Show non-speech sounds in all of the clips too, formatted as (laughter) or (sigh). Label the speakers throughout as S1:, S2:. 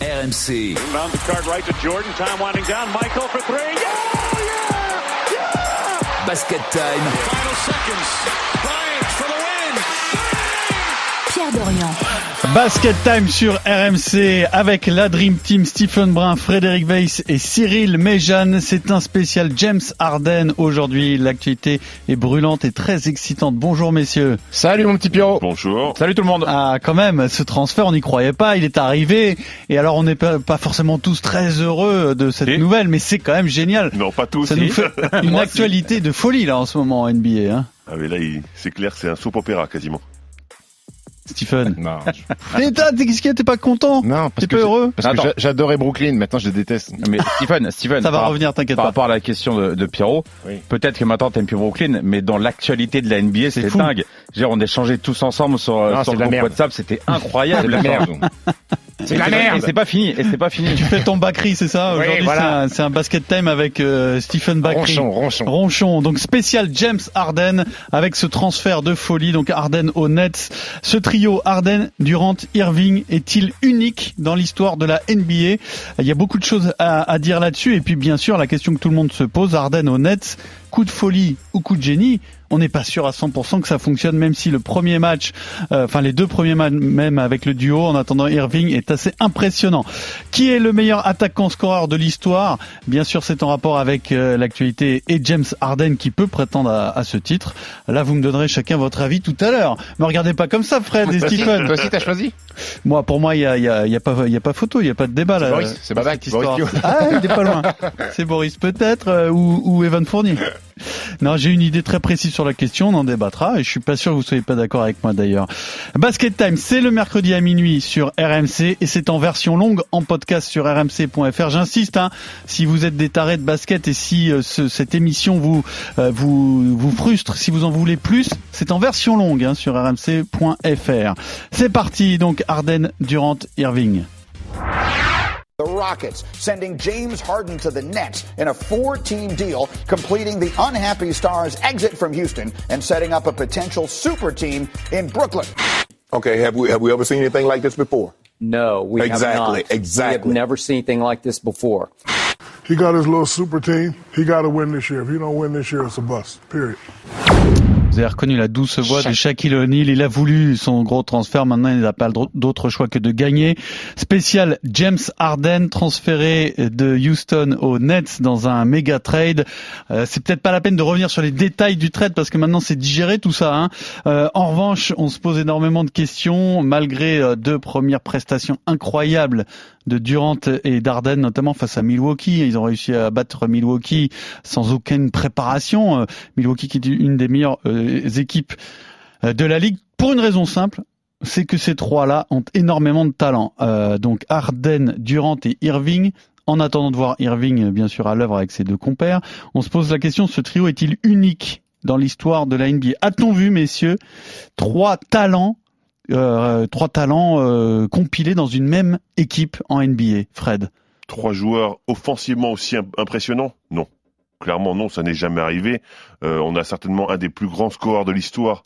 S1: RMC.
S2: Inbound the card right to Jordan. Time winding down. Michael for three. Yeah! Yeah! Yeah!
S1: Basket time.
S3: Final seconds. Bryant for the win.
S4: Pierre Dorian.
S5: Basket Time sur RMC avec la Dream Team Stephen Brun, Frédéric Weiss et Cyril Méjeanne. C'est un spécial James Harden aujourd'hui. L'actualité est brûlante et très excitante. Bonjour messieurs.
S6: Salut mon petit Pierrot.
S2: Bonjour.
S6: Salut tout le monde.
S5: Ah quand même, ce transfert on n'y croyait pas, il est arrivé et alors on n'est pas, pas forcément tous très heureux de cette
S2: Si.
S5: nouvelle mais c'est quand même génial.
S2: Non, pas tous.
S5: Ça nous (laughs) fait une actualité de folie là en ce moment en NBA hein.
S2: Ah, mais là, il- c'est clair, c'est un soap opéra quasiment.
S5: Stephen.
S6: Non, je-
S5: Mais t'as- t'es- qu'est-ce qu'il y a, t'es pas content
S6: (laughs) non, parce
S5: T'es
S6: que
S5: pas
S6: j'ai-
S5: heureux
S6: Parce que
S7: Attends.
S6: j'a- j'adorais Brooklyn, maintenant je les déteste.
S7: Non, Mais Stephen, Stephen,
S5: Ça va
S7: par,
S5: revenir, t'inquiète
S7: par
S5: pas.
S7: rapport à la question de, de Pierrot,
S6: Oui.
S7: peut-être que maintenant t'aimes plus Brooklyn, mais dans l'actualité de la NBA,
S5: C'est
S7: c'était
S5: fou.
S7: dingue. Je veux dire, on échangeait tous ensemble sur, euh,
S6: Non,
S7: sur
S6: c'est de
S7: le
S6: la
S7: groupe
S6: merde.
S7: WhatsApp, c'était incroyable. la
S6: C'est de la
S7: Et
S6: merde.
S7: c'est pas fini, et c'est pas fini.
S5: Tu fais ton Bakri, c'est ça
S6: Oui,
S5: Aujourd'hui,
S6: voilà.
S5: c'est un, c'est un basket time avec euh, Stephen Bakri.
S6: Ronchon, ronchon.
S5: Ronchon. Donc spécial James Harden avec ce transfert de folie. Donc Harden aux Nets. Ce trio Harden, Durant, Irving est-il unique dans l'histoire de la NBA Il y a beaucoup de choses à, à dire là-dessus. Et puis bien sûr, la question que tout le monde se pose, Harden aux Nets, coup de folie ou coup de génie on n'est pas sûr à 100% que ça fonctionne, même si le premier match, euh, enfin les deux premiers matchs même avec le duo, en attendant Irving, est assez impressionnant. Qui est le meilleur attaquant-scoreur de l'histoire Bien sûr, c'est en rapport avec euh, l'actualité et James Harden qui peut prétendre à, à ce titre. Là, vous me donnerez chacun votre avis tout à l'heure. Me regardez pas comme ça,
S6: (laughs)
S5: Fred et
S6: Toi aussi-
S5: Stephen.
S6: Toi aussi t'as choisi
S5: Moi, pour moi, il y a, il y a- il y a pas, il y a pas photo, il y a pas de débat là.
S6: Boris, c'est
S5: dans
S6: Babac,
S5: Euh, cette
S6: Boris
S5: histoire. Ah, il est pas loin. C'est Boris peut-être euh, ou, ou Evan Fournier. Non, j'ai une idée très précise sur la question, on en débattra et je suis pas sûr que vous soyez pas d'accord avec moi d'ailleurs. Basket Time, c'est le mercredi à minuit sur RMC et c'est en version longue en podcast sur rmc.fr. J'insiste, hein, si vous êtes des tarés de basket et si euh, ce- cette émission vous, euh, vous vous frustre, si vous en voulez plus, c'est en version longue hein, sur rmc.fr. C'est parti donc Arden, Durant, Irving.
S8: The Rockets sending James Harden to the Nets in a four team deal, completing the unhappy Stars' exit from Houston and setting up a potential super team in Brooklyn.
S9: Okay, have we have we ever seen anything like this before?
S10: No, we
S9: Exactly,
S10: have not. We
S9: exactly.
S10: have never seen anything like this before.
S11: He got his little super team. He got to win this year. If you don't win this year, it's a bust. Period.
S5: Vous avez reconnu la douce voix de Shaquille O'Neal. Il a voulu son gros transfert. Maintenant, il n'a pas le dro- d'autre choix que de gagner. Spécial James Harden transféré de Houston aux Nets dans un méga trade. Euh, c'est peut-être pas la peine de revenir sur les détails du trade parce que maintenant c'est digéré tout ça. hein. Euh, en revanche, on se pose énormément de questions malgré euh, deux premières prestations incroyables de Durant et d'Arden, notamment face à Milwaukee. Ils ont réussi à battre Milwaukee sans aucune préparation. Euh, Milwaukee qui est une des meilleures euh, équipes euh, de la ligue pour une raison simple c'est que ces trois-là ont énormément de talent. Euh, donc Harden, Durant et Irving. En attendant de voir Irving, euh, bien sûr, à l'œuvre avec ses deux compères, on se pose la question, ce trio est-il unique dans l'histoire de la NBA A-t-on vu, messieurs, trois talents, euh, trois talents euh, compilés dans une même équipe en NBA, Fred
S2: Trois joueurs offensivement aussi im- impressionnants Non. Clairement, non, ça n'est jamais arrivé. Euh, on a certainement un des plus grands scoreurs de l'histoire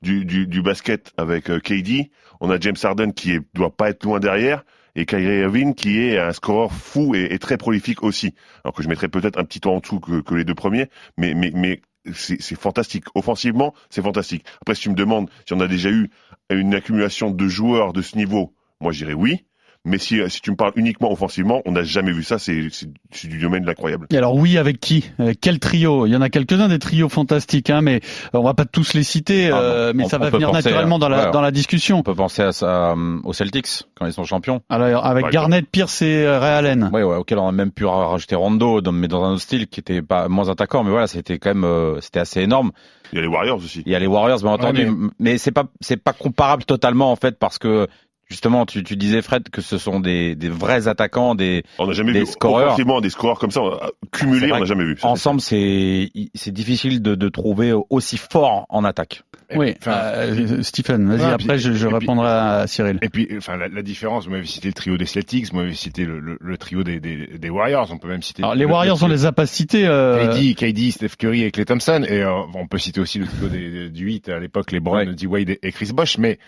S2: du, du, du basket avec euh, KD. On a James Harden qui est, doit pas être loin derrière. Et Kyrie Irving qui est un scoreur fou et, et très prolifique aussi. Alors que je mettrais peut-être un petit temps en dessous que, que les deux premiers. Mais, mais, mais c'est c'est fantastique. Offensivement, c'est fantastique. Après, si tu me demandes si on a déjà eu une accumulation de joueurs de ce niveau, moi je dirais oui. Mais si, euh, si tu me parles uniquement offensivement, on n'a jamais vu ça. C'est c'est- c'est du domaine de l'incroyable.
S5: Et alors oui, avec qui Euh, Quel trio Il y en a quelques-uns des trios fantastiques, hein, mais euh, on va pas tous les citer,
S7: Ah
S5: euh,
S7: non,
S5: mais
S7: on-
S5: ça
S7: on
S5: va
S7: peut
S5: venir
S7: penser,
S5: naturellement
S7: hein.
S5: dans la,
S7: Voilà.
S5: dans la discussion.
S7: On peut penser à ça, euh, aux Celtics, quand ils sont champions.
S5: Alors avec
S2: Par exemple.
S5: Garnett, Pierce et euh, Ray Allen.
S7: Ouais, ouais, auquel on a même pu ra- rajouter Rondo, dans- mais dans un autre style qui était pas moins attaquant, mais voilà, c'était quand même, euh, c'était assez énorme.
S2: Il y a les Warriors aussi.
S7: Il y a les Warriors, bien entendu, mais, c'est pas c'est pas comparable totalement en fait parce que justement tu, tu disais Fred que ce sont des, des vrais attaquants, des
S2: On n'a jamais
S7: Des
S2: vu
S7: scoreurs.
S2: offensivement des scoreurs comme ça euh, cumulés.
S7: C'est vrai
S2: On n'a jamais vu. Ça,
S7: ensemble c'est c'est difficile de, de trouver aussi fort en attaque.
S5: Oui,
S6: Enfin,
S5: euh, Stephen, vas-y,
S6: voilà,
S5: après
S6: puis-
S5: je, je
S6: et puis-
S5: répondrai à Cyril.
S6: Et puis, enfin, la, la différence, vous m'avez cité le trio des Celtics, vous m'avez cité le, le- le trio des, des- des Warriors, on peut même citer...
S5: Alors les
S6: le-
S5: Warriors,
S6: le-
S5: on les a pas cités. euh,
S6: KD, KD, Steph Curry et Clay Thompson. Et euh, on peut citer aussi le trio des- du 8 à l'époque, les Browns,
S7: Ouais.
S6: D. Wade et Chris Bosh. Mais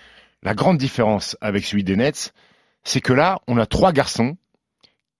S6: la grande différence avec celui des Nets, c'est que là, on a trois garçons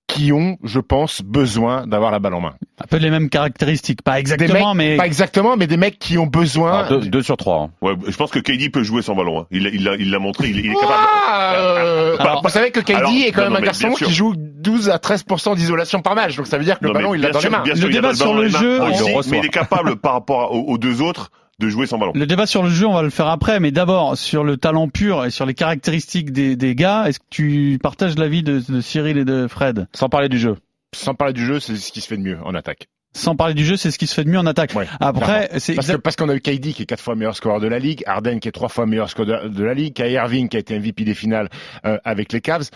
S6: qui ont, je pense, besoin d'avoir la balle en main.
S5: Un peu les mêmes caractéristiques, pas exactement,
S6: Des mecs-
S5: mais
S6: Pas exactement, mais des mecs qui ont besoin.
S7: Alors, deux, deux sur trois. hein.
S2: Ouais, je pense que KD peut jouer sans ballon. hein. Il l'a il l'a- il l'a montré, il, il est capable.
S6: Ah, euh,
S2: Alors-
S6: vous savez que KD
S2: Alors,
S6: est quand
S2: non,
S6: même
S2: non,
S6: un
S2: mais
S6: garçon
S2: bien sûr.
S6: qui joue 12 à 13% d'isolation par match, donc ça veut dire que
S2: Non,
S6: le
S2: mais
S6: ballon il
S2: bien
S6: l'a dans
S2: sûr,
S6: les mains.
S2: bien
S5: Le
S2: sûr, il a
S5: débat
S2: pas
S5: sur
S2: ballon
S5: le
S2: dans les
S5: jeu,
S2: mains
S5: on-
S2: aussi,
S7: on reçoit.
S2: mais il est capable par rapport à- aux, aux deux autres de jouer sans ballon.
S5: Le débat sur le jeu, on va le faire après, mais d'abord sur le talent pur et sur les caractéristiques des, des gars. Est-ce que tu partages l'avis de, de Cyril et de Fred
S7: Sans parler du jeu.
S6: Sans parler du jeu, c'est ce qui se fait de mieux en attaque.
S5: Sans parler du jeu, c'est ce qui se fait de mieux en attaque.
S6: Ouais,
S5: Après, c'est
S6: Parce que-
S5: exact-
S6: parce qu'on a eu KD qui est quatre fois meilleur scoreur de la ligue, Harden qui est trois fois meilleur scoreur de, de la ligue, Kyrie Irving qui a été MVP des finales euh, avec les Cavs.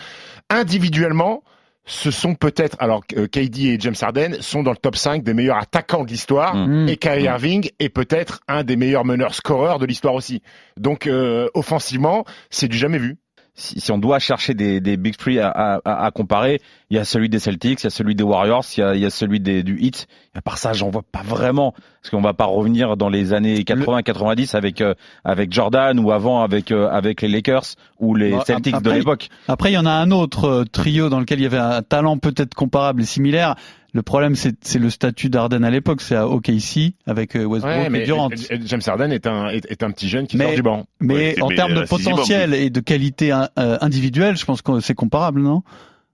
S6: Individuellement, ce sont peut-être alors euh, KD et James Harden sont dans le top 5 des meilleurs attaquants de l'histoire
S5: Mm.
S6: et Kyrie
S7: Mm.
S6: Irving est peut-être un des meilleurs meneurs scoreurs de l'histoire aussi. Donc euh, offensivement, c'est du jamais vu.
S7: si, si on doit chercher des, des big three à, à- à- à comparer, il y a celui des Celtics, il y a celui des Warriors, il y a, il y a celui des, du Heat. Et à part ça, j'en vois pas vraiment, parce qu'on va pas revenir dans les années 80-90 avec euh, avec Jordan ou avant avec euh, avec les Lakers ou les
S5: Bah,
S7: Celtics de
S5: après-
S7: l'époque.
S5: après, il y en a un autre euh, trio dans lequel il y avait un talent peut-être comparable et similaire. Le problème, c'est c'est le statut d'Arden à l'époque, c'est à OKC avec euh, Westbrook et Durant.
S6: euh, James Harden est un est, est un petit jeune qui
S5: Mais-
S6: sort du banc.
S5: Mais
S2: Ouais,
S5: en
S2: mais
S5: termes de
S6: euh,
S2: la sixième,
S5: potentiel et de qualité hein, euh, individuelle, je pense que c'est comparable, non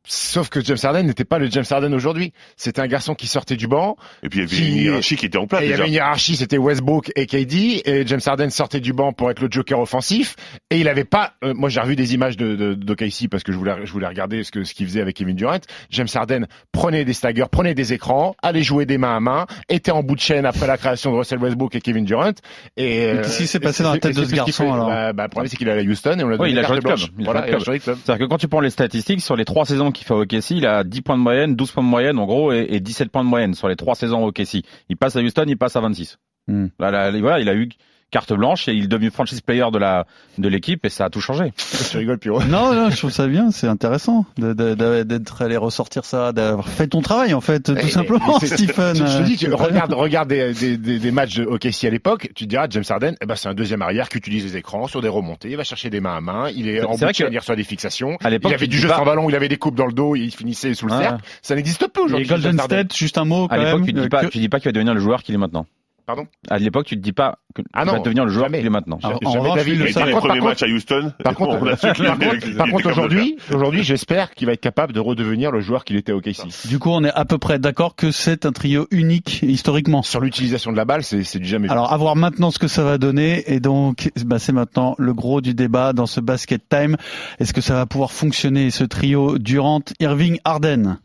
S6: Sauf que James Harden n'était pas le James Harden aujourd'hui. C'était un garçon qui sortait du banc,
S2: Et puis il y avait
S6: Qui-
S2: une hiérarchie qui était en place
S6: Et Eh, il y
S2: déjà.
S6: avait une hiérarchie, c'était Westbrook et KD, et James Harden sortait du banc pour être le joker offensif, et il avait pas, euh, moi j'ai revu des images de, de, de OKC parce que je voulais, je voulais regarder ce que, ce qu'il faisait avec Kevin Durant. James Harden prenait des staggers, prenait des écrans, allait jouer des mains à main, était en bout de chaîne après la création de Russell Westbrook et Kevin Durant. Et, euh,
S5: Mais qu'est-ce qui s'est passé dans la
S6: c'est-
S5: tête de
S6: c'est
S5: ce
S6: plus qu'il
S5: garçon,
S6: fait.
S5: alors
S6: bah, bah, Le problème c'est qu'il est allé à Houston et on l'a donné
S7: il a
S6: carte
S7: joué le club.
S6: blanche.
S7: Il a
S6: Voilà,
S7: joué
S6: il
S7: le
S6: a
S7: club.
S6: joué le club.
S7: C'est-à-dire que quand tu prends les statistiques, sur les trois saisons qu'il fait au OKC, il a 10 points de moyenne, 12 points de moyenne en gros et, et 17 points de moyenne sur les trois saisons au OKC. Il passe à Houston, il passe à 26.
S5: Hmm.
S7: Là, là, voilà, il a eu carte blanche et il est devenu franchise player de la de l'équipe et ça a tout changé.
S6: Tu rigoles, Pierrot.
S5: Non, non, je trouve ça bien, c'est intéressant de- de- de- d'être allé ressortir ça, d'avoir fait ton travail en fait, tout
S6: Eh,
S5: simplement,
S6: mais c'est-
S5: Stephen.
S6: Je te dis,
S5: C'est très
S6: tu
S5: bien.
S6: regarde, regarde des, des, des, des matchs de hockey si à l'époque, tu te diras James Harden, eh ben, c'est un deuxième arrière qui utilise les écrans sur des remontées, il va chercher des mains à main, il est
S7: C'est-
S6: en
S7: c'est vrai
S6: bouche,
S7: que-
S6: il reçoit des fixations.
S7: À l'époque,
S6: Il avait
S7: tu
S6: du
S7: dis
S6: jeu
S7: pas-
S6: sans ballon, il avait des coupes dans le dos, il finissait sous le
S7: Ah.
S6: cercle. Ça n'existe plus
S5: Et
S6: aujourd'hui.
S5: Golden
S6: James Harden.
S5: State, juste un mot quand
S7: À l'époque,
S5: même.
S7: tu te
S5: euh,
S7: dis pas,
S5: que-
S7: tu te dis pas qu'il va devenir le joueur qu'il est maintenant.
S6: Pardon
S7: À l'époque, tu te dis pas que-
S6: Ah
S7: qu'il
S6: non,
S7: va devenir le joueur
S6: jamais.
S7: qu'il est maintenant.
S5: Ah, en
S6: Jamais
S5: revanche,
S6: d'avis.
S5: lui, le
S2: Et
S6: Mais
S2: dès
S5: savait.
S2: les
S6: par contre,
S2: premiers
S6: par
S2: matchs à Houston, (laughs)
S6: Par contre,
S2: on a su qu'il
S6: par
S2: était-
S6: contre,
S2: qu'il
S6: par
S2: était
S6: contre,
S2: capable de le
S6: aujourd'hui, aujourd'hui, j'espère qu'il va être capable de redevenir le joueur qu'il était au KC.
S5: Du coup, on est à peu près d'accord que c'est un trio unique historiquement.
S6: Sur l'utilisation de la balle, c'est c'est du jamais vu.
S5: Alors, à voir maintenant ce que ça va donner. Et donc, bah, c'est maintenant le gros du débat dans ce basket time. Est-ce que ça va pouvoir fonctionner ce trio Durant, Irving, Harden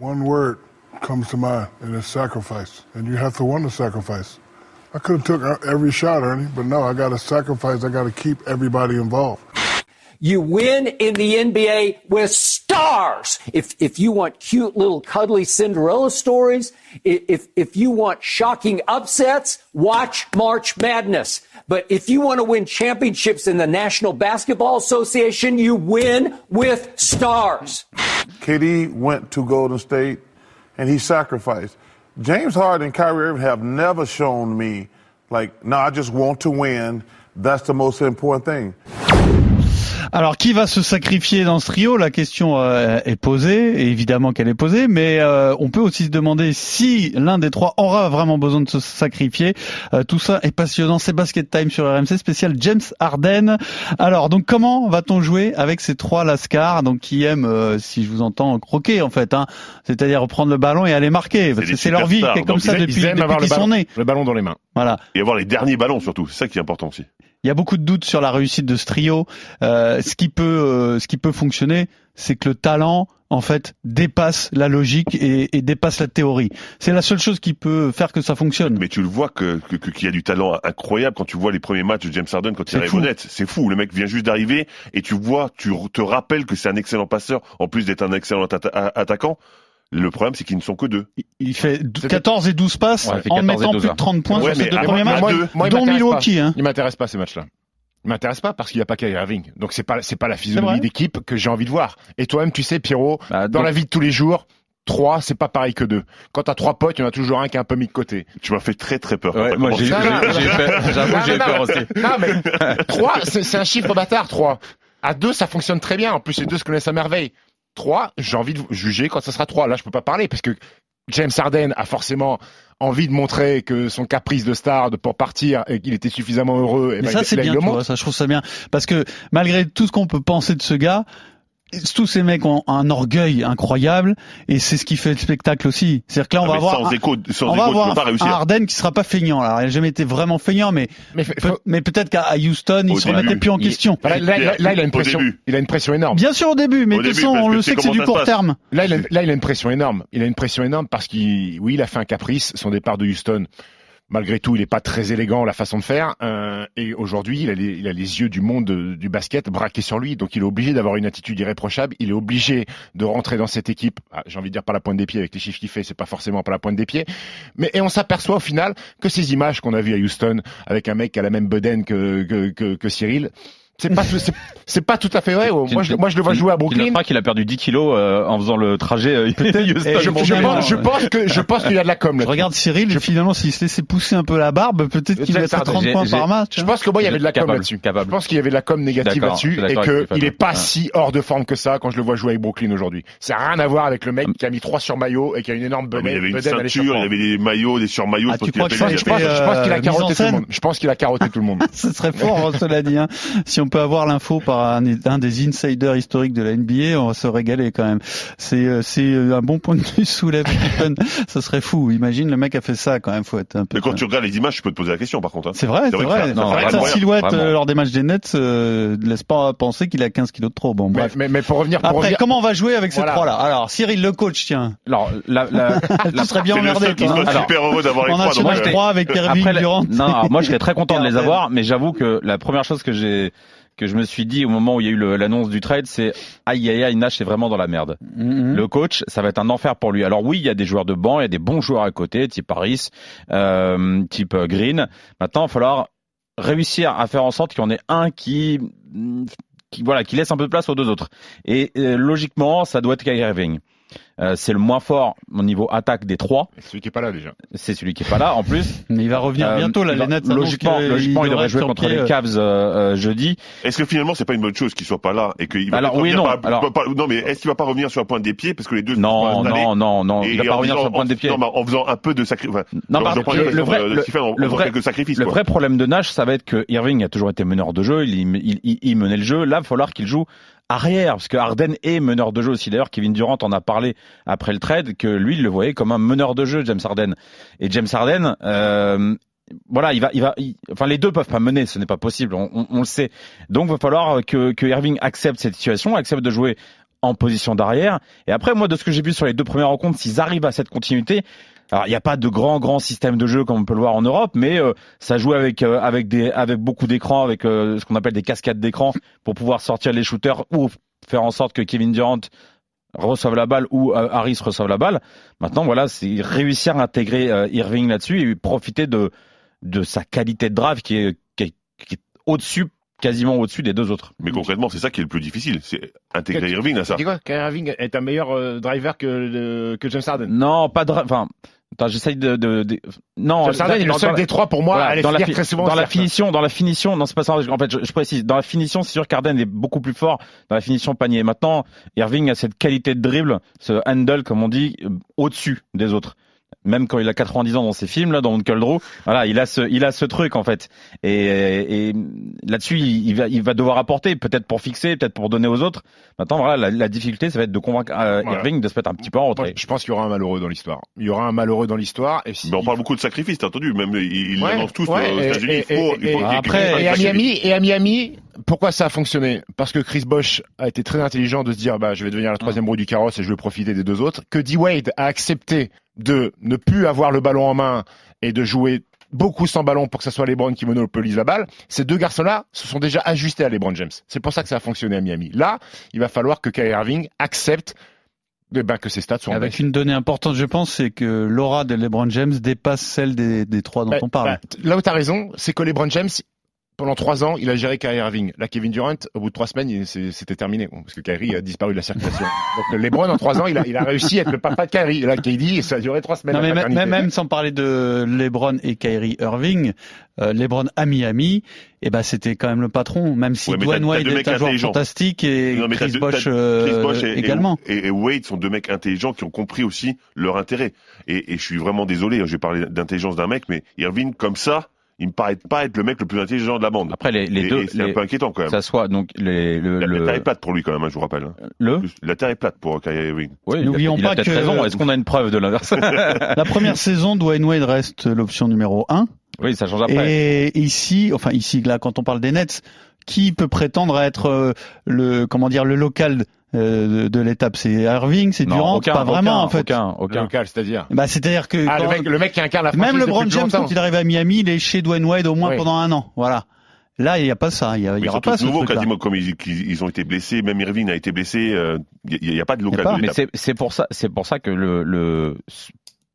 S11: One word comes to mind, and it's sacrifice. And you have to want to sacrifice. I could have took every shot, Ernie, but no, I got to sacrifice. I got to keep everybody involved.
S3: You win in the NBA with stars. If, if you want cute little cuddly Cinderella stories, i- if, if you want shocking upsets, watch March Madness. But if you want to win championships in the National Basketball Association, you win with stars.
S1: KD went to Golden State and he sacrificed. James Harden and Kyrie Irving have never shown me, like, no, I just want to win. That's the most important thing.
S5: Alors, qui va se sacrifier dans ce trio La question euh, est posée, et évidemment qu'elle est posée, mais euh, on peut aussi se demander si l'un des trois aura vraiment besoin de se sacrifier. Euh, tout ça est passionnant. C'est Basket Time sur RMC spécial James Harden. Alors, donc, comment va-t-on jouer avec ces trois lascars, donc qui aiment, euh, si je vous entends, croquer en fait, hein, c'est-à-dire prendre le ballon et aller marquer, parce
S2: des
S5: que c'est leur vie qui est
S2: superstars,
S5: comme
S2: donc
S5: ça
S6: ils aiment,
S5: depuis,
S6: ils aiment
S5: depuis
S6: avoir le
S5: qu'ils sont
S6: ballon,
S5: nés.
S6: le ballon dans les mains.
S5: Voilà.
S2: Et avoir les derniers ballons surtout, c'est ça qui est important aussi.
S5: Il y a beaucoup de doutes sur la réussite de ce trio. Euh, ce qui peut, euh, ce qui peut fonctionner, c'est que le talent, en fait, dépasse la logique et, et dépasse la théorie. C'est la seule chose qui peut faire que ça fonctionne.
S2: Mais tu le vois que que- que- qu'il y a du talent incroyable quand tu vois les premiers matchs de James Harden quand
S5: C'est
S2: il arrive
S5: fou.
S2: au net. C'est fou. Le mec vient juste d'arriver et tu vois, tu r- te rappelles que c'est un excellent passeur en plus d'être un excellent atta- a- attaquant. Le problème, c'est qu'ils ne sont que deux.
S5: Il fait dou- 14 et 12 passes
S7: Ouais, il fait
S5: en
S7: 14 et
S5: mettant
S7: 12,
S5: plus de 30 points
S2: hein. Ouais,
S5: sur ces
S2: mais
S5: deux
S2: à-
S5: premiers
S2: à-
S5: matchs,
S2: moi-
S6: moi, il
S5: dont
S6: m'intéresse pas.
S5: Milwaukee. Hein.
S6: Il m'intéresse pas ces matchs-là. Il m'intéresse pas parce qu'il n'y a pas Kyrie Irving. Donc c'est pas c'est pas la
S5: vrai. Ah,
S6: physionomie d'équipe que j'ai envie de voir. Et toi-même, tu sais, Pierrot,
S7: Bah,
S6: dans
S7: donc-
S6: la vie de tous les jours, trois, c'est pas pareil que deux. Quand t'as trois potes, il y en a toujours un qui est un peu mis de côté.
S5: (laughs)
S2: Tu m'as fait très très peur. quand
S7: Ouais,
S2: t'as
S7: moi
S2: commencé.
S7: j'ai j'ai- j'ai
S6: Ah,
S7: peur, j'avoue, j'ai peur aussi.
S6: Non mais (laughs) trois, c'est c'est un chiffre bâtard. Trois. À deux, ça fonctionne très bien. En plus, les deux se connaissent à merveille. 3, j'ai envie de juger quand ça sera 3. Là, je peux pas parler parce que James Harden a forcément envie de montrer que son caprice de star de pour partir et qu'il était suffisamment heureux.
S2: Eh ben,
S6: Et ben,
S5: Mais ça, c'est bien, tu vois, ça, je trouve ça bien. Parce que malgré tout ce qu'on peut penser de ce gars, tous ces mecs ont un orgueil incroyable et c'est ce qui fait le spectacle aussi. C'est-à-dire que là, on
S2: Ah,
S5: va
S2: mais
S5: avoir
S2: sans
S5: un,
S2: écho- sans
S5: on va Ah,
S2: écho, tu
S5: avoir
S2: peux pas
S5: un-
S2: réussir.
S5: un Harden qui sera pas feignant. Là, il a jamais été vraiment feignant, mais peut- mais peut-être qu'à Houston, il se remettait plus en question.
S6: Là, Ah, là, là, là, il a une pression. Il a une pression énorme.
S5: Bien sûr au début, mais de toute façon, on le sait que c'est du court terme.
S6: Là il, a, là, il a une pression énorme. Il a une pression énorme parce qu'il, oui, il a fait un caprice. Son départ de Houston, malgré tout, il n'est pas très élégant la façon de faire. Euh, et aujourd'hui, il, a les- il a les yeux du monde de- du basket braqués sur lui. Donc, il est obligé d'avoir une attitude irréprochable. Il est obligé de rentrer dans cette équipe. ah, J'ai envie de dire par la pointe des pieds avec les chiffres qu'il fait, c'est pas forcément par la pointe des pieds. Mais et on s'aperçoit au final que ces images qu'on a vues à Houston avec un mec qui a la même bedaine que que, que, que Cyril. C'est pas, c'est- c'est pas tout à fait vrai. Moi, je, moi, je le vois jouer à Brooklyn.
S7: Il n'a pas qu'il a perdu 10 kilos euh, en faisant le trajet. euh, (laughs) Houston-
S6: Et je, je pense, je pense que je pense qu'il y a de la com.
S5: Je regarde Cyril, et finalement, s'il se laissait pousser un peu la barbe, peut-être qu'il
S6: James
S5: être à
S6: Harden,
S5: 30
S6: j'ai-
S5: points
S6: j'ai-
S5: par match. (laughs)
S6: Je pense que moi il y avait de la com
S7: Capable,
S6: là-dessus. Je pense qu'il y avait de la com négative
S7: D'accord,
S6: là-dessus
S7: je suis
S6: et
S7: d'accord avec
S6: qu'il
S7: Stéphane.
S6: est pas
S7: Ouais.
S6: si hors de forme que ça quand je le vois jouer avec Brooklyn aujourd'hui. Ça n'a rien à voir avec le
S7: Hum.
S6: mec qui a mis 3 sur maillot et qui a une énorme
S2: Mais il y
S6: bedaine.
S2: avait une
S6: bedaine à
S2: ceinture, il y avait des maillots, des surmaillots.
S6: Ah,
S2: je pense
S6: tu
S2: qu'il a
S6: crois que
S2: fait-
S6: ça,
S2: il a
S6: je
S2: fait-
S6: pense- je pense qu'il a
S5: euh, mise en
S6: carotté tout le
S5: scène
S6: monde. Je pense qu'il a carotté tout le
S7: (laughs)
S6: monde.
S5: Ce serait fort, hein, cela dit. hein. Si on peut avoir l'info par un, un des insiders historiques de la NBA, on va se régaler quand même. C'est euh, c'est euh, un bon point de vue (laughs) soulève Stephen. Ce serait fou. Imagine le mec a fait ça quand même. Faut être un peu.
S2: Mais quand tu regardes les images, tu peux te poser la question, par contre. hein.
S5: C'est vrai, c'est
S2: que ça-
S5: vrai.
S2: ça paraît
S5: Sa
S2: incroyable.
S5: silhouette
S2: Vraiment.
S5: euh, lors des matchs des Nets euh, ne laisse pas penser qu'il a 15 kilos de trop. Bon, bref.
S6: Mais, mais pour revenir, pour
S5: Après,
S6: revenir-
S5: comment on va jouer avec ces
S6: Voilà.
S5: trois-là Alors, Cyril, le coach, tiens.
S7: Alors, la,
S6: (laughs)
S7: la,
S5: tu serais bien
S7: Ah, C'est le
S5: emmerdé.
S7: seul qui
S5: toi,
S7: se
S5: hein.
S7: moque super heureux d'avoir les
S5: En
S7: trois, donc,
S5: National
S7: euh,
S5: 3 avec Irving
S7: Après, la-
S5: Durant.
S7: Non, non, moi je serais très content de les
S5: Harden.
S7: avoir, mais j'avoue que la première chose que j'ai que je me suis dit au moment où il y a eu le- l'annonce du trade, c'est aïe aïe aïe Nash est vraiment dans la merde. Le coach, ça va être un enfer pour lui. Alors oui, il y a des joueurs de banc, il y a des bons joueurs à côté, type Paris, euh, type euh, Green. Maintenant, il va falloir réussir à faire en sorte qu'il y en ait un qui qui voilà, qui laisse un peu de place aux deux autres. Et euh, logiquement, ça doit être Kyrie Irving. Euh, c'est le moins fort au niveau attaque des trois.
S6: Celui qui est pas là déjà.
S7: C'est celui qui est pas là. En plus,
S5: Mais il va revenir
S7: euh,
S5: bientôt, là,
S7: il va-
S5: les Nets. annoncent
S7: Logiquement,
S5: qu'il
S7: logiquement, euh, il
S5: devrait
S7: devrait jouer
S5: être
S7: contre
S5: sur pied,
S7: les
S5: euh,
S7: Cavs euh, euh, jeudi.
S2: Est-ce que finalement, c'est pas une bonne chose qu'il soit pas là et qu'il va
S7: Alors,
S2: peut-être
S7: oui et
S2: revenir
S7: non.
S2: par-
S7: Alors-
S2: par- non, mais est-ce qu'il va pas revenir sur la pointe des pieds parce que les deux
S7: Non,
S2: sont pas installés
S7: non, non, non, il
S2: Et-
S7: va
S2: et
S7: pas
S2: en bah,
S7: revenir sur la
S2: faisant-
S7: pointe des pieds.
S2: Non, mais en faisant un peu de sacrifice.
S7: Non, par- le, le vrai, le, le vrai-
S2: quelques sacrifices.
S7: le
S2: quoi.
S7: vrai problème de Nash, ça va être que Irving a toujours été meneur de jeu, il, il, il- il menait le jeu. Là, il va falloir qu'il joue arrière, parce que Harden est meneur de jeu aussi. D'ailleurs, Kevin Durant en a parlé après le trade, que lui, il le voyait comme un meneur de jeu, James Harden. Et James Harden, euh, voilà, il va, il va, il- enfin, les deux peuvent pas mener, ce n'est pas possible, on, on- on le sait. Donc, il va falloir que, que Irving accepte cette situation, accepte de jouer en position d'arrière. Et après, moi, de ce que j'ai vu sur les deux premières rencontres, s'ils arrivent à cette continuité, alors il n'y a pas de grand grand système de jeu comme on peut le voir en Europe, mais euh, ça joue avec euh, avec des avec beaucoup d'écrans, avec euh, ce qu'on appelle des cascades d'écran pour pouvoir sortir les shooters ou faire en sorte que Kevin Durant reçoive la balle ou euh, Harris reçoive la balle. Maintenant, voilà, c'est réussir à intégrer euh, Irving là-dessus et profiter de de sa qualité de drive qui est qui est, qui est au-dessus quasiment au-dessus des deux autres.
S2: Mais concrètement, c'est ça qui est le plus difficile, c'est intégrer Irving à ça.
S6: Tu dis quoi Kyrie Irving est un meilleur euh, driver que le- que James Harden.
S7: Non, pas de. Enfin, attends, j'essaye de, de, de- Non,
S6: James Harden est le
S7: dans-
S6: seul
S7: dans-
S6: des trois pour moi à aller
S7: dans la,
S6: finir
S7: fi-
S6: très souvent
S7: dans la
S6: cercle.
S7: finition, dans la finition, non, c'est pas ça. En fait, je, je précise. Dans la finition, c'est sûr qu'Arden est beaucoup plus fort dans la finition panier. Maintenant, Irving a cette qualité de dribble, ce handle, comme on dit, euh, au-dessus des autres. Même quand il a 90 ans dans ses films, là, dans Uncle Drew, voilà, il a ce, il a ce truc, en fait. Et, et là-dessus, il, il va, il va devoir apporter, peut-être pour fixer, peut-être pour donner aux autres. Maintenant, voilà, la, la difficulté, ça va être de convaincre euh,
S6: Voilà.
S7: Irving de se mettre un petit peu en
S6: Moi,
S7: retrait.
S6: je pense qu'il y aura un malheureux dans l'histoire. Il y aura un malheureux dans l'histoire. Et si
S2: Mais on parle beaucoup de sacrifices, t'as entendu. Même ils ils
S6: Ouais,
S2: l'annoncent tous
S6: ouais,
S2: euh, aux
S6: et-
S2: États-Unis. Il
S6: et-
S2: faut, il
S6: et-
S2: faut qu'il y ait
S6: après,
S2: quelqu'un qui
S6: et à
S2: sacrifie.
S6: Miami, et à Miami, pourquoi ça a fonctionné Parce que Chris Bosch a été très intelligent de se dire, bah, je vais devenir la troisième roue du carrosse et je vais profiter des deux autres. Que D Wade a accepté de ne plus avoir le ballon en main et de jouer beaucoup sans ballon pour que ce soit LeBron qui monopolise la balle. Ces deux garçons-là se sont déjà ajustés à LeBron James. C'est pour ça que ça a fonctionné à Miami. Là, il va falloir que Kyrie Irving accepte eh ben, que ses stats sont en
S5: euh, Avec une donnée importante, je pense, c'est que l'aura de LeBron James dépasse celle des, des trois dont
S6: Bah,
S5: on parle.
S6: bah, t- là où tu as raison, c'est que LeBron James, pendant trois ans, il a géré Kyrie Irving. Là, Kevin Durant, au bout de trois semaines, il- c'est- c'était terminé. Bon, parce que Kyrie a disparu de la circulation. Donc, LeBron, en trois ans, il a, il a réussi à être le papa de Kyrie. Et Là, KD, ça a duré trois semaines.
S5: Non,
S6: la
S5: mais même,
S6: paternité.
S5: même- même sans parler de LeBron et Kyrie Irving, euh, LeBron à Miami, eh ben c'était quand même le patron, même si
S2: Ouais, mais
S5: Dwayne
S2: t'as- t'as
S5: Wade
S2: deux
S5: est
S2: mecs
S5: un joueur
S2: intelligents.
S5: fantastique et
S2: Non, mais t'as
S5: Chris
S2: deux-
S5: Bosh
S2: t'as- Chris Bosh et- et-
S5: Euh, également.
S2: Et, et Wade sont deux mecs intelligents qui ont compris aussi leur intérêt. Et, et je suis vraiment désolé, hein, je vais parler d'intelligence d'un mec, mais Irving, comme ça, il me paraît pas être le mec le plus intelligent de la bande.
S7: Après, les, les
S2: Et-
S7: deux.
S2: et c'est un
S7: les-
S2: peu inquiétant quand même.
S7: Ça soit donc les, le,
S2: La, la
S7: le-
S2: terre est plate pour lui quand même, hein, je vous rappelle. hein.
S7: Le
S2: La terre est plate pour Kyrie Irving.
S7: Oui, il a-
S5: N'oublions
S7: il a
S5: pas
S7: peut-être
S5: que-
S7: raison. Est-ce qu'on a une preuve
S5: (laughs)
S7: de l'inverse (laughs)
S5: La première (laughs) saison, Dwayne Wade reste l'option numéro un.
S7: Oui, ça change après.
S5: Et ici, enfin ici, là, quand on parle des Nets, qui peut prétendre à être euh, le comment dire le local euh, de, de l'étape C'est Irving, c'est
S7: Non,
S5: Durant,
S7: aucun,
S5: pas vraiment
S7: aucun,
S5: en fait.
S7: Aucun, aucun.
S6: Local, c'est-à-dire.
S5: Bah, c'est-à-dire que
S6: Ah, le
S5: quand-
S6: mec, le mec qui incarne la franchise
S5: même LeBron
S6: depuis plus
S5: James
S6: longtemps.
S5: quand il arrive à Miami, il est chez Dwayne Wade au moins
S6: Oui.
S5: pendant un an. Voilà. Là, il n'y a pas ça. Il n'y
S2: Mais
S5: aura
S2: surtout
S5: pas
S2: que
S5: ce
S2: nouveau,
S5: truc-là.
S2: quasiment comme ils, qu'ils- ils ont été blessés, même Irving a été blessé, il n'y a, pas de local
S5: pas.
S2: de
S7: Mais
S2: l'étape.
S7: c'est c'est pour ça, c'est pour ça que le, le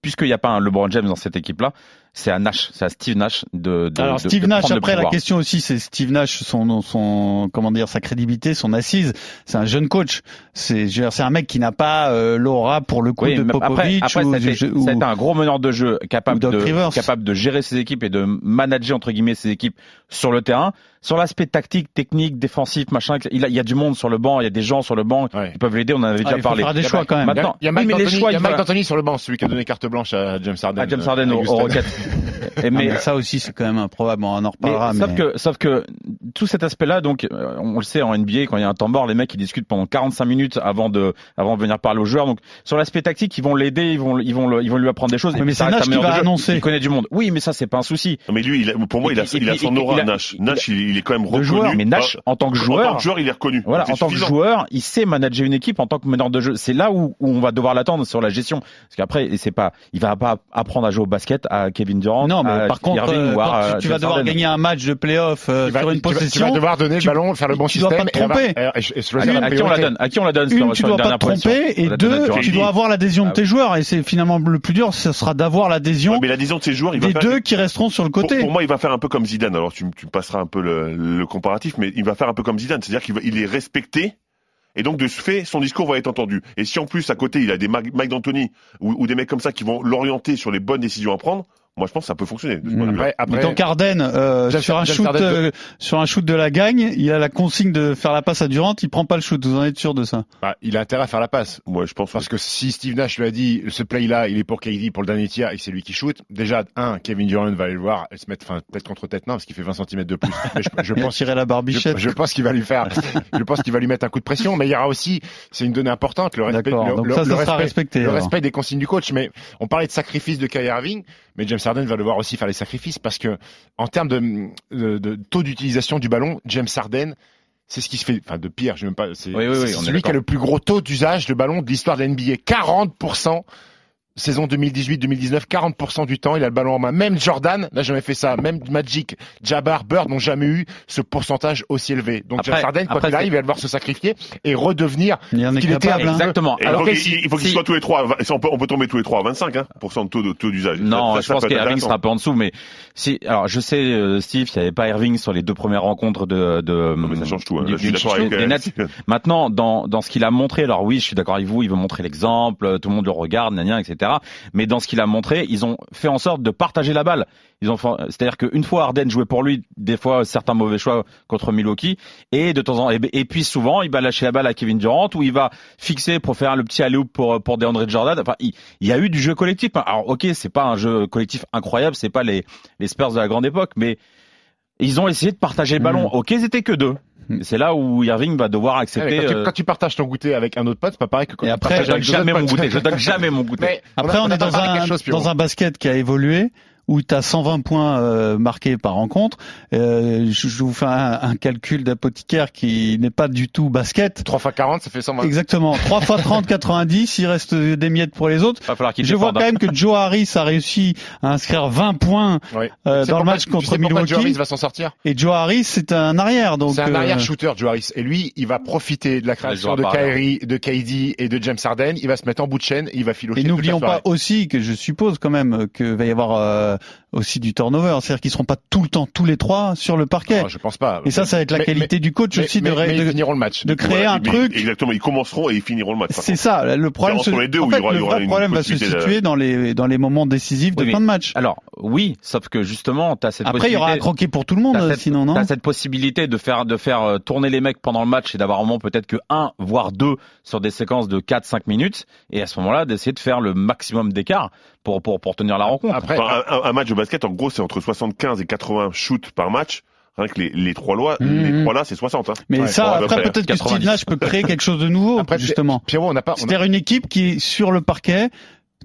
S7: puisqu'il n'y a pas un LeBron James dans cette équipe-là, c'est à Nash, c'est à Steve Nash de. de
S5: Alors
S7: de-
S5: Steve
S7: de
S5: Nash,
S7: prendre le
S5: après la
S7: pouvoir.
S5: question aussi, c'est Steve Nash, son, son, comment dire, sa crédibilité, son assise. C'est un jeune coach. C'est, je veux dire, c'est un mec qui n'a pas euh, l'aura pour le coup
S7: Oui,
S5: de
S7: mais après,
S5: Popovich
S7: après
S5: ou,
S7: ça, a été,
S5: ou- Ah,
S7: ça a été un gros meneur de jeu capable
S5: ou Doc
S7: de,
S5: Rivers.
S7: capable de gérer ses équipes et de manager entre guillemets ses équipes sur le terrain. Sur l'aspect tactique, technique, défensif, machin, il, a- il y a du monde sur le banc, il y a des gens sur le banc
S6: Ouais.
S7: qui peuvent l'aider. On en avait
S5: Ah,
S7: déjà
S5: il faut
S7: parlé.
S5: faire des
S7: Il y a
S5: choix
S7: pas-
S5: quand même.
S7: Maintenant,
S6: Il y a
S7: oui,
S6: Mike
S7: mais les
S6: D'Antoni-
S7: choix,
S6: il y a
S7: il va-
S6: Mike D'Antoni sur le banc, celui qui a donné carte blanche à James Harden.
S7: à James
S6: euh,
S5: Ah,
S7: Harden
S6: à
S7: au, au
S6: Houston.
S7: Rocket. (laughs) Et mais,
S5: Mais ça aussi, c'est quand même improbable. Bon, on en
S7: Mais
S5: reparlera.
S7: sauf
S5: Ah, mais-
S7: que, sauf que tout cet aspect-là, donc euh, on le sait en NBA, quand il y a un temps mort, les mecs ils discutent pendant 45 minutes avant de, avant de venir parler aux joueurs. Donc sur l'aspect tactique, ils vont l'aider, ils vont, ils vont, le- ils vont lui apprendre des choses.
S5: Oui,
S7: Et
S5: Ah, mais
S7: ça
S5: c'est
S7: reste
S5: Nash
S7: un meilleur
S5: qui va
S7: de jeu.
S5: annoncer.
S7: Il connaît du monde. Oui, mais ça c'est pas un souci.
S2: Non, mais lui, il a- pour moi,
S7: Et
S2: il a,
S7: puis-
S2: il a
S7: et
S2: son
S7: puis- il
S2: aura,
S7: a-
S2: Nash.
S7: il-
S2: Nash, il, il est quand même reconnu.
S7: joueur, mais Nash,
S2: Ah,
S7: en tant que
S2: En
S7: joueur-
S2: tant que joueur, il est reconnu.
S7: Voilà,
S2: C'est
S7: en tant que
S2: suffisant.
S7: joueur, il sait manager une équipe en tant que meneur de jeu. C'est là où, où on va devoir l'attendre sur la gestion. Parce qu'après, c'est pas, il va pas apprendre à jouer au basket à Kevin Durant.
S5: Non, mais
S7: à
S5: par contre,
S7: Irving
S5: euh,
S7: ou à,
S5: quand tu-
S7: euh,
S5: tu,
S7: James
S5: vas devoir
S7: Harden.
S5: gagner un match de playoff euh,
S6: Tu vas-
S5: sur une
S6: tu vas-
S5: possession.
S6: Tu vas devoir donner le
S5: tu-
S6: ballon, faire le bon
S5: tu
S6: système.
S5: dois pas te
S6: et avoir-
S5: tromper.
S6: et- et- et- et-
S7: À qui- à qui on la donne À qui on la donne
S5: Une,
S7: sur-
S5: tu
S7: sur
S5: dois
S7: la
S5: pas te
S7: dernière position
S5: tromper,
S7: On
S5: et
S7: la donne à
S5: deux,
S7: Durant.
S5: tu dois avoir l'adhésion
S6: Ah
S5: de tes joueurs, et c'est finalement le plus dur, ce sera d'avoir l'adhésion
S2: Ouais, mais l'adhésion de ces joueurs, il va
S5: des
S2: faire.
S5: deux qui resteront sur le
S2: pour,
S5: côté.
S2: pour moi, il va faire un peu comme Zidane. Alors, tu, me- tu me passeras un peu le, le comparatif, mais il va faire un peu comme Zidane. C'est-à-dire qu'il va- il est respecté. Et donc, de ce fait, son discours va être entendu. Et si en plus, à côté, il a des Mike Mike D'Antoni ou, ou des mecs comme ça qui vont l'orienter sur les bonnes décisions à prendre, moi, je pense que ça peut fonctionner. de ce point
S7: Hmm.
S2: de vue-là.
S6: Après, après,
S5: Mais donc Arden, euh,
S6: James-
S5: sur un
S6: James
S5: shoot,
S6: Harden de-
S5: euh, sur un shoot de la gagne, il a la consigne de faire la passe à Durant, il prend pas le shoot. Vous en êtes sûr de ça
S6: bah, il a intérêt à faire la passe.
S2: Moi, je pense.
S6: Parce que si Steve Nash lui a dit ce play là, il est pour KD pour le dernier tir et que c'est lui qui shoot, déjà un Kevin Durant va aller le voir, et se mettre enfin tête contre tête non parce qu'il fait 20 cm de (laughs) plus. Mais je, je
S5: Il a
S6: pense
S5: tiré la
S6: je,
S5: barbichette.
S6: je pense qu'il va lui faire je pense qu'il va lui mettre un coup de pression mais il y aura aussi c'est une donnée importante le respect
S5: D'accord.
S6: le,
S5: Donc
S6: le-
S5: ça, ça
S6: le
S5: sera
S6: respect,
S5: respecté,
S6: le
S7: hein.
S5: alors.
S6: respect des consignes du coach mais on parlait de sacrifice de Kyrie Irving mais James Harden va devoir aussi faire les sacrifices parce que en termes de, de- de taux d'utilisation du ballon James Harden c'est ce qui se fait enfin de pire je sais même pas c'est
S7: Oui, oui, oui,
S6: c'est
S7: on est
S6: celui qui a
S7: d'accord.
S6: le plus gros taux d'usage de ballon de l'histoire de la NBA 40 saison 2018-2019, 40% du temps, il a le ballon en main. Même Jordan n'a jamais fait ça. Même Magic, Jabbar, Bird n'ont jamais eu ce pourcentage aussi élevé. Donc
S7: Après-
S6: James Harden, quand
S7: après,
S6: il arrive, il va devoir se sacrifier et redevenir
S5: Il y en
S6: ce
S5: est
S6: qu'il était
S5: capable,
S6: avant.
S5: hein.
S7: Exactement.
S2: Et
S7: Alors
S2: il faut
S7: que
S2: qu'il-
S7: si-
S2: il faut qu'ils
S7: si-
S2: soient tous les trois. à vingt- On peut, on peut tomber tous les trois à 25 hein, de taux de taux d'usage.
S7: Non,
S2: Ça- ça,
S7: je
S2: ça
S7: pense
S2: peut être
S7: qu'Irving
S2: intéressant.
S7: sera pas en dessous, mais si, alors je sais, euh, Steve, il n'y avait pas Irving sur les deux premières rencontres de, de,
S2: mais ça change tout, hein.
S7: du-
S2: Là, je suis
S7: du-
S2: d'accord
S7: du-
S2: avec,
S7: des
S2: euh,
S7: Nets.
S2: (laughs)
S7: Maintenant, dans, dans ce qu'il a montré, alors oui, je suis d'accord avec vous, il veut montrer l'exemple, euh, tout le monde le regarde, gna gna, etc. Mais dans ce qu'il a montré, ils ont fait en sorte de partager la balle. Ils ont, fait- c'est-à-dire qu'une fois Harden jouait pour lui, des fois certains mauvais choix contre Milwaukee, et de temps en et, et puis souvent il va lâcher la balle à Kevin Durant ou il va fixer pour faire le petit alley-oop pour euh, pour DeAndre Jordan. Enfin, il, il y a eu du jeu collectif. Alors ok, c'est pas un jeu collectif incroyable, c'est pas les les Spurs de la grande époque, mais ils ont essayé de partager le ballon. Ok, ils étaient que deux. C'est là où Irving va devoir
S6: Ah Ouais, mais
S7: accepter.
S6: quand, tu,
S7: euh,
S6: quand tu partages ton goûter avec un autre pote, c'est pas pareil que quand
S5: Et
S6: tu
S5: après,
S6: partages
S7: je
S6: avec
S7: donne
S6: deux
S7: jamais
S6: autres
S7: mon
S6: potes.
S7: goûter.
S6: (laughs)
S7: Je donne jamais mon goûter.
S6: Mais on a-
S5: Après, on,
S6: a
S5: est
S6: pas
S5: dans
S6: parlé de
S5: un,
S6: quelque chose, Pierrot.
S5: dans un basket qui a évolué où tu as 120 points euh, marqués par rencontre. Euh, je, je vous fais un, un calcul d'apothicaire qui n'est pas du tout basket.
S6: 3 x 40, ça fait 120.
S5: Exactement. 3 fois 30, 90. Il reste des miettes pour les autres.
S7: Va falloir qu'il
S5: Je vois quand même que Joe Harris a réussi à inscrire 20 points
S6: Ouais.
S5: euh,
S6: Tu sais
S5: dans le
S6: pourquoi-
S5: match
S6: tu
S5: contre
S6: sais pourquoi
S5: Milwaukee.
S6: Joe Harris va s'en sortir.
S5: Et Joe Harris, c'est un arrière. Donc,
S6: C'est un arrière
S5: euh,
S6: shooter, Joe Harris. Et lui, il va profiter de la
S7: jouera
S6: création de
S7: pas, alors.
S6: Kyrie, de KD et de James Harden. Il va se mettre en bout de chaîne. Il va filocher.
S5: Et
S6: toute la
S5: n'oublions
S6: soirée.
S5: pas aussi que je suppose quand même que va y avoir euh, euh, aussi du turnover. C'est-à-dire qu'ils seront pas tout le temps tous les trois sur le parquet.
S6: Oh, je pense pas.
S5: Et ça, ça va être la
S6: Mais-
S5: qualité
S6: mais-
S5: du coach
S6: mais-
S5: aussi de,
S6: mais-
S5: ré-
S6: mais ils
S5: de-
S6: finiront le match.
S5: de créer
S2: Voilà,
S5: un
S2: mais-
S5: truc.
S2: Exactement, ils commenceront et ils finiront le match. par
S5: C'est
S2: contre.
S5: ça. Le problème,
S2: entre
S5: se-
S2: les deux
S5: en
S2: où
S5: fait,
S2: il y aura-
S5: le
S2: il y aura
S5: vrai
S2: une
S5: problème va se
S2: possibilité de-
S5: situer dans les dans les moments décisifs de
S7: Oui,
S5: fin de
S7: mais-
S5: match.
S7: Alors, oui, sauf que justement, t'as cette
S5: Après, il y aura un
S7: possibilité-
S5: croquet pour tout le monde,
S7: T'as
S5: euh,
S7: cette-
S5: sinon, non
S7: T'as cette possibilité de faire de faire euh, tourner les mecs pendant le match et d'avoir au moins peut-être que un voire deux sur des séquences de 4-5 minutes et à ce moment-là d'essayer de faire le maximum d'écart pour pour pour tenir la
S6: Ah,
S7: rencontre.
S6: Après,
S2: Enfin, un, un- un match de basket, en gros, c'est entre 75 et 80 shoots par match. Rien que les, les trois lois,
S5: Mhm.
S7: Mm-hmm.
S2: les trois là, c'est 60. hein.
S5: Mais
S2: Ouais,
S5: ça,
S2: à peu
S5: après,
S2: près.
S5: peut-être que ce
S7: 90.
S5: là je peux créer quelque chose de nouveau,
S6: Après,
S5: justement.
S6: Pierrot, on n'a pas. on a-
S5: C'est-à-dire une équipe qui est sur le parquet,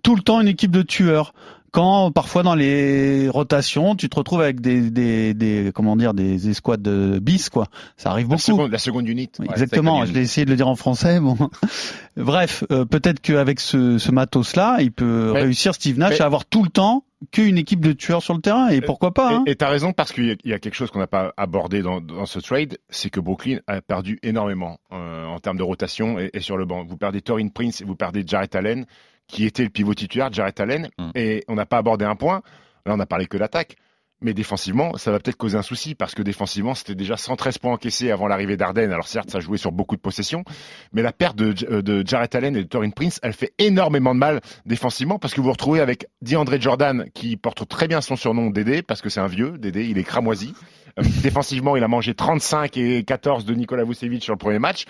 S5: tout le temps une équipe de tueurs. Quand parfois dans les rotations, tu te retrouves avec des, des, des comment dire des escouades de bis quoi. Ça arrive
S6: la
S5: beaucoup.
S6: seconde, la seconde unité.
S5: Oui,
S7: Ouais,
S5: Exactement,
S7: c'est
S5: je
S7: comme
S5: l'ai essayé de le dire en français. Bon. (laughs) Bref, euh, peut-être qu'avec ce, ce matos-là, il peut
S6: Mais-
S5: réussir Steve Nash
S6: mais-
S5: à avoir tout le temps qu'une équipe de tueurs sur le terrain, et pourquoi pas. hein.
S6: Et et t'as raison parce qu'il y a- il y a quelque chose qu'on n'a pas abordé dans, dans ce trade, c'est que Brooklyn a perdu énormément euh, en termes de rotation et, et sur le banc. Vous perdez Torin Prince et vous perdez Jarrett Allen, qui était le pivot titulaire, Jarrett Allen,
S7: Mm.
S6: et on n'a pas abordé un point. Là, on n'a parlé que d'attaque. Mais défensivement, ça va peut-être causer un souci parce que défensivement, c'était déjà 113 points encaissés avant l'arrivée d'Arden. Alors certes, ça jouait sur beaucoup de possessions, mais la perte de, J- euh, de Jarrett Allen et de Torin Prince, elle fait énormément de mal défensivement parce que vous vous retrouvez avec DeAndre Jordan qui porte très bien son surnom Dédé parce que c'est un vieux Dédé, il est cramoisi. Euh, (laughs) défensivement, il a mangé 35 et 14 de Nikola Vucevic sur le premier match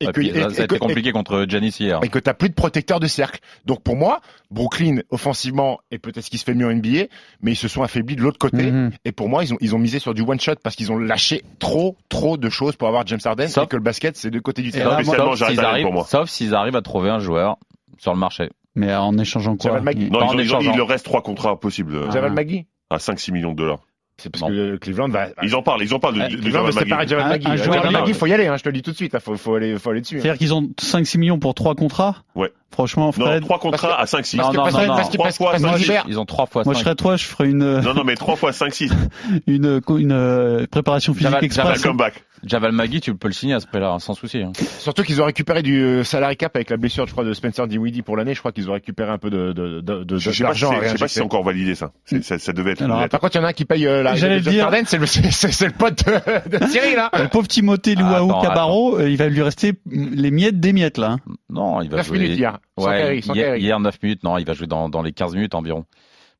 S6: et
S7: Et
S6: que
S7: Ah, puis,
S6: et-
S7: ça, ça a
S6: et que-
S7: été
S6: et-
S7: compliqué contre Giannis hier.
S6: et que t'as plus de protecteur de cercle. Donc pour moi, Brooklyn offensivement est peut-être ce qui se fait mieux en NBA, mais ils se sont affaiblis de l'autre côté.
S5: Mhm.
S6: Et pour moi, ils ont ils ont misé sur du one shot parce qu'ils ont lâché trop trop de choses pour avoir James Harden
S7: Sauf-
S6: et que le basket c'est de côté du
S5: Et là,
S6: terrain.
S5: moi-
S2: spécialement,
S7: sauf
S2: j'arrête
S7: s'ils
S2: à
S7: arrivent,
S2: pour moi.
S7: sauf s'ils arrivent à trouver un joueur sur le marché.
S5: Mais en échangeant
S6: Ça
S5: quoi
S6: va,
S5: Mm.
S6: le mec
S5: Il-
S2: Non,
S7: Pas
S2: ils
S7: hein. en
S2: ont- ils ont-
S7: échangeant.
S2: il leur reste trois contrats possibles euh,
S6: Javal McGee,
S2: à 5-6 millions de dollars.
S6: c'est parce
S7: Non.
S6: que Cleveland va
S2: Ils en parlent, ils en parlent de,
S7: Eh,
S2: de- de
S6: Cleveland
S2: Jamal
S6: va se
S2: McGee.
S6: séparer de Javal
S5: Un-
S6: McGee.
S5: un
S6: Javal
S5: joueur-
S6: McGee, faut y aller, hein, je te le dis tout de suite, là, faut, faut aller faut aller dessus. hein.
S5: C'est-à-dire qu'ils ont 5-6 millions pour trois contrats
S2: Ouais.
S5: Franchement,
S2: Non,
S5: Fred,
S2: trois contrats à 5-6.
S7: Non, non,
S6: parce
S7: non,
S6: que-
S7: non.
S6: parce que-
S2: Trois
S6: parce-
S2: fois,
S6: parce
S2: ça,
S6: que
S2: c'est-
S6: cher.
S7: Ils ont trois fois
S5: moi je
S7: cinq.
S5: serais toi, je ferais une,
S2: (laughs) Non, non, mais 3 fois 5-6.
S5: (laughs) une, une euh, préparation physique
S7: Java-
S2: Un
S5: express.
S7: Java-
S2: comeback.
S7: Javal Magui, tu peux le signer à ce prix-là, hein, sans souci. hein.
S6: Surtout qu'ils ont récupéré du euh, salary cap avec la blessure, je crois, de Spencer Dinwiddie pour l'année. Je crois qu'ils ont récupéré un peu de de de, de,
S2: Je
S6: de-
S2: sais pas si
S6: d'argent à
S2: c'est- je sais pas
S6: réinjecter.
S2: si c'est encore validé ça.
S7: Mm.
S2: C'est- Ça, ça devait être.
S5: Alors,
S2: une
S6: Par contre, il y en a un qui paye euh, la
S5: J'allais
S6: de
S5: le
S6: Jeff
S5: dire.
S6: Harden, c'est le, (laughs) c'est- c'est- c'est le pote de, hein. de Thierry, là.
S5: Le pauvre Timothée Luau
S7: Ah, attends, Bah,
S5: Cabarro, euh, il va lui rester mm, les miettes des miettes là. hein.
S7: Non, il va
S6: 9
S7: jouer.
S6: minutes hier, sans
S7: Ouais,
S6: Kyrie, sans
S7: hier,
S6: Kyrie.
S7: hier, 9 minutes, non, il va jouer dans, dans les 15 minutes environ.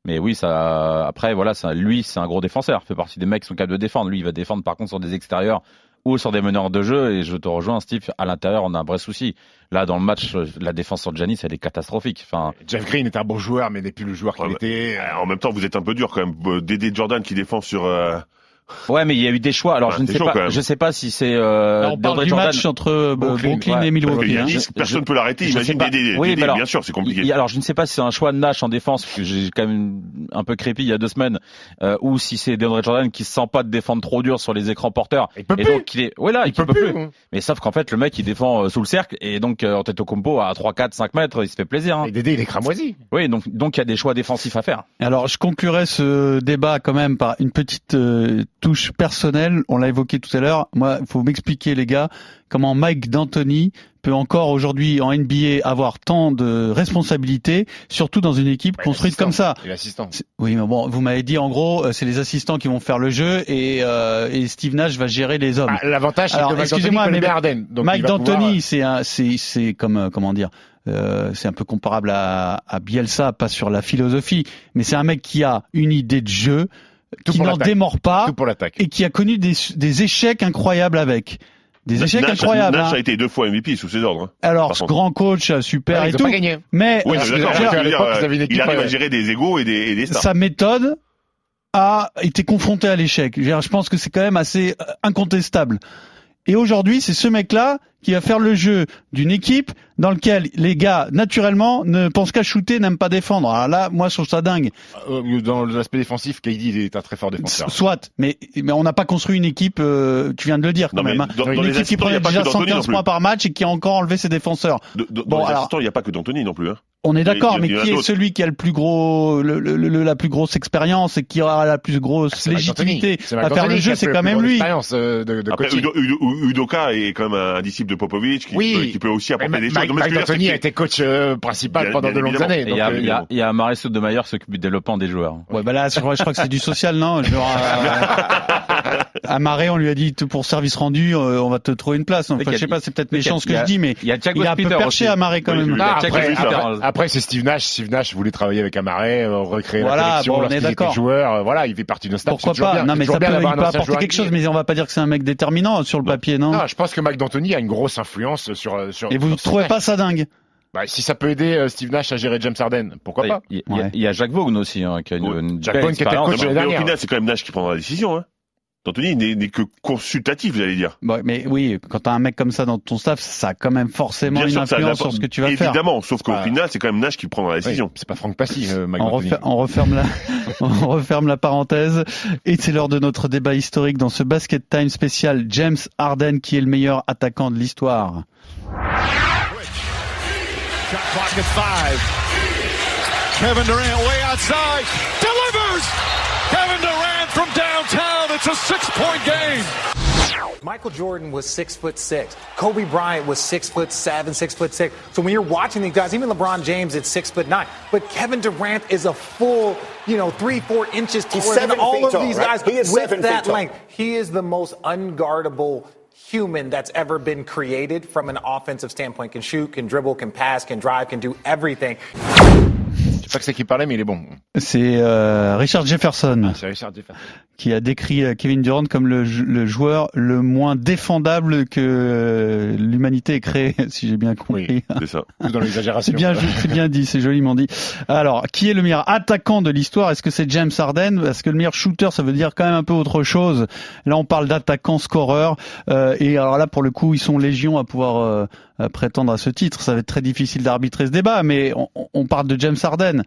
S7: Mais oui, ça, après, voilà, ça, lui, c'est un gros défenseur. Il fait partie des mecs qui sont capables de défendre. Lui, il va défendre, par contre, sur des extérieurs ou sur des meneurs de jeu. Et je te rejoins, Steve, à l'intérieur, on a un vrai souci. Là, dans le match, euh, la défense sur Giannis, elle est catastrophique. Enfin,
S6: Jeff Green est un bon joueur, mais n'est plus le joueur qu'il
S2: Ouais,
S6: était.
S2: Euh, En même temps, vous êtes un peu dur quand même. Euh, Dédé Jordan qui défend sur. euh,
S7: ouais, mais il y a eu des choix. Alors,
S2: Ouais,
S7: je ne
S2: c'est
S7: sais
S2: chaud, quand
S7: pas,
S2: même.
S7: je sais pas si c'est, euh,
S5: Là, on parle
S7: DeAndre
S5: du
S7: Jordan.
S5: match entre euh,
S6: Brooklyn,
S5: Brooklyn,
S6: ouais.
S5: et
S2: parce que
S5: Milwaukee. hein.
S2: Giannis,
S7: je-
S2: personne ne peut l'arrêter.
S7: je sais
S2: Imagine
S7: pas.
S2: Dédé.
S7: Oui,
S2: Dédé,
S7: mais alors-
S2: bien sûr, c'est compliqué.
S7: Il- il- Alors, je ne sais pas si c'est un choix de Nash en défense, que j'ai quand même un peu crépi il y a deux semaines, euh, ou si c'est DeAndre Jordan qui se sent pas de défendre trop dur sur les écrans porteurs.
S6: Il peut
S7: Et
S6: plus.
S7: donc, il est, ouais, là,
S6: il peut plus. hein.
S7: Mais sauf qu'en fait, le mec, il défend euh, sous le cercle, et donc, euh, en tête au compo, à 3, 4, 5 mètres, il se fait plaisir, hein.
S6: Et Dédé, il est cramoisi.
S7: Oui, donc, donc, il y a des choix défensifs à faire.
S5: Alors, je conclurai ce débat quand même par une petite euh, touche personnelle. On l'a évoqué tout à l'heure. Moi, il faut m'expliquer, les gars, comment Mike D'Antoni peut encore aujourd'hui en NBA avoir tant de responsabilités, surtout dans une équipe construite comme ça.
S6: Et l'assistant.
S5: C'est- Oui, mais bon, vous m'avez dit en gros, euh, c'est les assistants qui vont faire le jeu et, euh, et Steve Nash va gérer les hommes.
S6: Ah, L'avantage, c'est
S5: Alors,
S6: que Mike D'Antoni
S5: excusez-moi,
S6: connaît
S5: mais-
S6: bien Harden. donc
S5: Mike
S6: il va pouvoir,
S5: D'Antoni, c'est un, c'est, c'est comme euh, comment dire, euh, c'est un peu comparable à, à Bielsa, pas sur la philosophie, mais c'est un mec qui a une idée de jeu,
S6: Tout
S5: qui
S6: pour
S5: n'en
S6: l'attaque.
S5: démord
S6: euh,
S5: pas
S6: Tout pour l'attaque.
S5: et qui a connu des, des échecs incroyables avec. Des échecs
S2: Nash,
S5: incroyables.
S2: Nash
S5: hein.
S2: a été deux fois MVP sous ses ordres. hein.
S5: Alors,
S2: par contre.
S5: grand coach, euh, super
S6: Ouais,
S5: et
S6: ils ont
S5: tout.
S6: pas gagné.
S5: Mais euh,
S2: Oui, non,
S6: Parce
S2: mais
S6: que-
S2: d'accord,
S6: parce
S2: je veux
S6: qu'à
S2: dire,
S6: l'époque, vous avez une
S2: euh,
S6: équipe,
S2: il arrive
S6: euh,
S2: à gérer des égaux et des, et des stars.
S5: sa méthode a été confrontée à l'échec. Je veux dire, je pense que c'est quand même assez euh, incontestable. Et aujourd'hui, c'est ce mec-là qui va faire le jeu d'une équipe dans lequel les gars, naturellement, ne pensent qu'à shooter, n'aiment pas défendre. Alors là, moi, je trouve ça dingue.
S6: Euh, Dans l'aspect défensif, KD il est un très fort défenseur.
S5: Soit, mais, mais on n'a pas construit une équipe, euh, tu viens de le dire quand
S2: Non, mais
S5: même, hein.
S2: dans- dans
S5: une
S2: les
S5: équipe qui
S2: assistants, il y
S5: prenait
S2: a pas
S5: déjà
S2: que D'Antoni non
S5: 115
S2: plus.
S5: points par match et qui a encore enlevé ses défenseurs.
S2: De- de-
S5: Bon,
S2: dans les
S5: alors-
S2: assistants, il n'y a pas que D'Antoni non plus. Hein.
S5: On est d'accord,
S2: il y
S5: mais
S2: en a
S5: qui est
S2: d'autres.
S5: celui qui a le plus gros, le, le- le- la plus grosse expérience et qui aura la plus grosse
S6: Ah,
S5: légitimité à faire le jeu C'est quand même lui.
S2: Après,
S5: coaching.
S2: Udo- Udo- Udoka est quand même un disciple de Popovic qui, peut, qui peut aussi apporter
S6: Mais
S2: des
S6: Mike-
S2: choses.
S6: Mike D'Antoni a été coach euh, principal pendant de longues années.
S7: Et Il y a,
S6: donc,
S7: il y
S6: euh,
S7: a, il y a Maris Sotomayor qui s'occupe du développement des joueurs.
S5: Ouais, bah là, je crois, je crois que c'est du social, non Genre, euh, à Marais, on lui a dit t- pour service rendu, euh, on va te trouver une place. Enfin, je sais pas, c'est peut-être méchant ce que je dis, mais il, a un peu perché à Marais quand même. Ah,
S6: Non, après, après- après, c'est Steve Nash. Steve Nash voulait travailler avec Amaret, euh, recréer
S5: Voilà,
S6: la collection
S5: bon, on est
S6: lorsqu'il était
S5: d'accord.
S6: joueur. euh, Voilà, il fait partie d'un staff.
S5: Pourquoi
S6: c'est toujours
S5: pas
S6: bien-
S5: Non,
S6: c'est
S5: mais
S6: toujours
S5: ça peut,
S6: bien
S5: il peut
S6: d'avoir un ancien
S5: apporter
S6: joueur
S5: quelque
S6: NBA.
S5: chose, mais on va pas dire que c'est un mec déterminant sur le papier, non
S6: Non, je pense que Mike D'Antoni a une grosse influence sur euh, sur.
S5: Et vous
S6: sur Steve
S5: trouvez
S6: Nash.
S5: pas ça dingue
S6: Bah, si ça peut aider euh, Steve Nash à gérer James Harden, pourquoi pas
S7: Il y, a- il y a Jacques Vaughn aussi, hein, qui a une, une
S6: Jacques
S7: belle
S6: Vaughn qui était
S7: expérience.
S6: coach l'année
S2: Mais au
S6: dernière.
S2: final, c'est quand même Nash qui prendra la décision. Hein. D'Antoni n'est n'est que consultatif, j'allais dire.
S5: Bon, mais oui, quand t'as un mec comme ça dans ton staff, ça a quand même forcément
S2: Bien
S5: une
S2: sûr que ça a de
S5: influence
S2: l'import-
S5: sur ce que tu vas faire.
S2: Évidemment, sauf qu'au
S5: Ah.
S2: final, c'est quand même Nash qui prendra la décision.
S6: c'est pas Franck Passy, Mike
S5: On, refer- on referme la, (laughs) on referme la parenthèse et c'est l'heure de notre débat historique dans ce Basket Time spécial James Harden qui est le meilleur attaquant de l'histoire.
S12: Shot clock at five. Kevin Durant way outside. Delivers! Kevin Durant from downtown. It's a six point game.
S13: Michael Jordan was six foot six. Kobe Bryant was six foot seven, six foot six. So when you're watching these guys, even LeBron James at six foot nine, but Kevin Durant is a full, you know, three, four inches
S8: He's
S13: taller than
S8: seven
S13: all
S8: feet
S13: of
S8: tall,
S13: these
S8: right?
S13: guys
S8: He is
S13: with
S8: seven
S13: that
S8: feet tall.
S13: length. He is the most unguardable human that's ever been created from an offensive standpoint. Can shoot, can dribble, can pass, can drive, can do everything.
S6: Je sais pas que c'est qui parlait, mais il est bon.
S5: C'est euh, Richard Jefferson
S6: C'est Richard Jefferson.
S5: qui a décrit euh, Kevin Durant comme le, ju- le joueur le moins défendable que euh, l'humanité ait créé, (laughs) si j'ai bien compris.
S2: c'est ça.
S6: Dans l'exagération.
S5: C'est (laughs) bien, jou- c'est bien dit, c'est joliment dit. Alors, qui est le meilleur attaquant de l'histoire Est-ce que c'est James Harden Parce que le meilleur shooter, ça veut dire quand même un peu autre chose. Là, on parle d'attaquant scoreur. Euh, et alors là, pour le coup, ils sont légion à pouvoir euh, euh, prétendre à ce titre. Ça va être très difficile d'arbitrer ce débat, mais on, on parle de James Harden.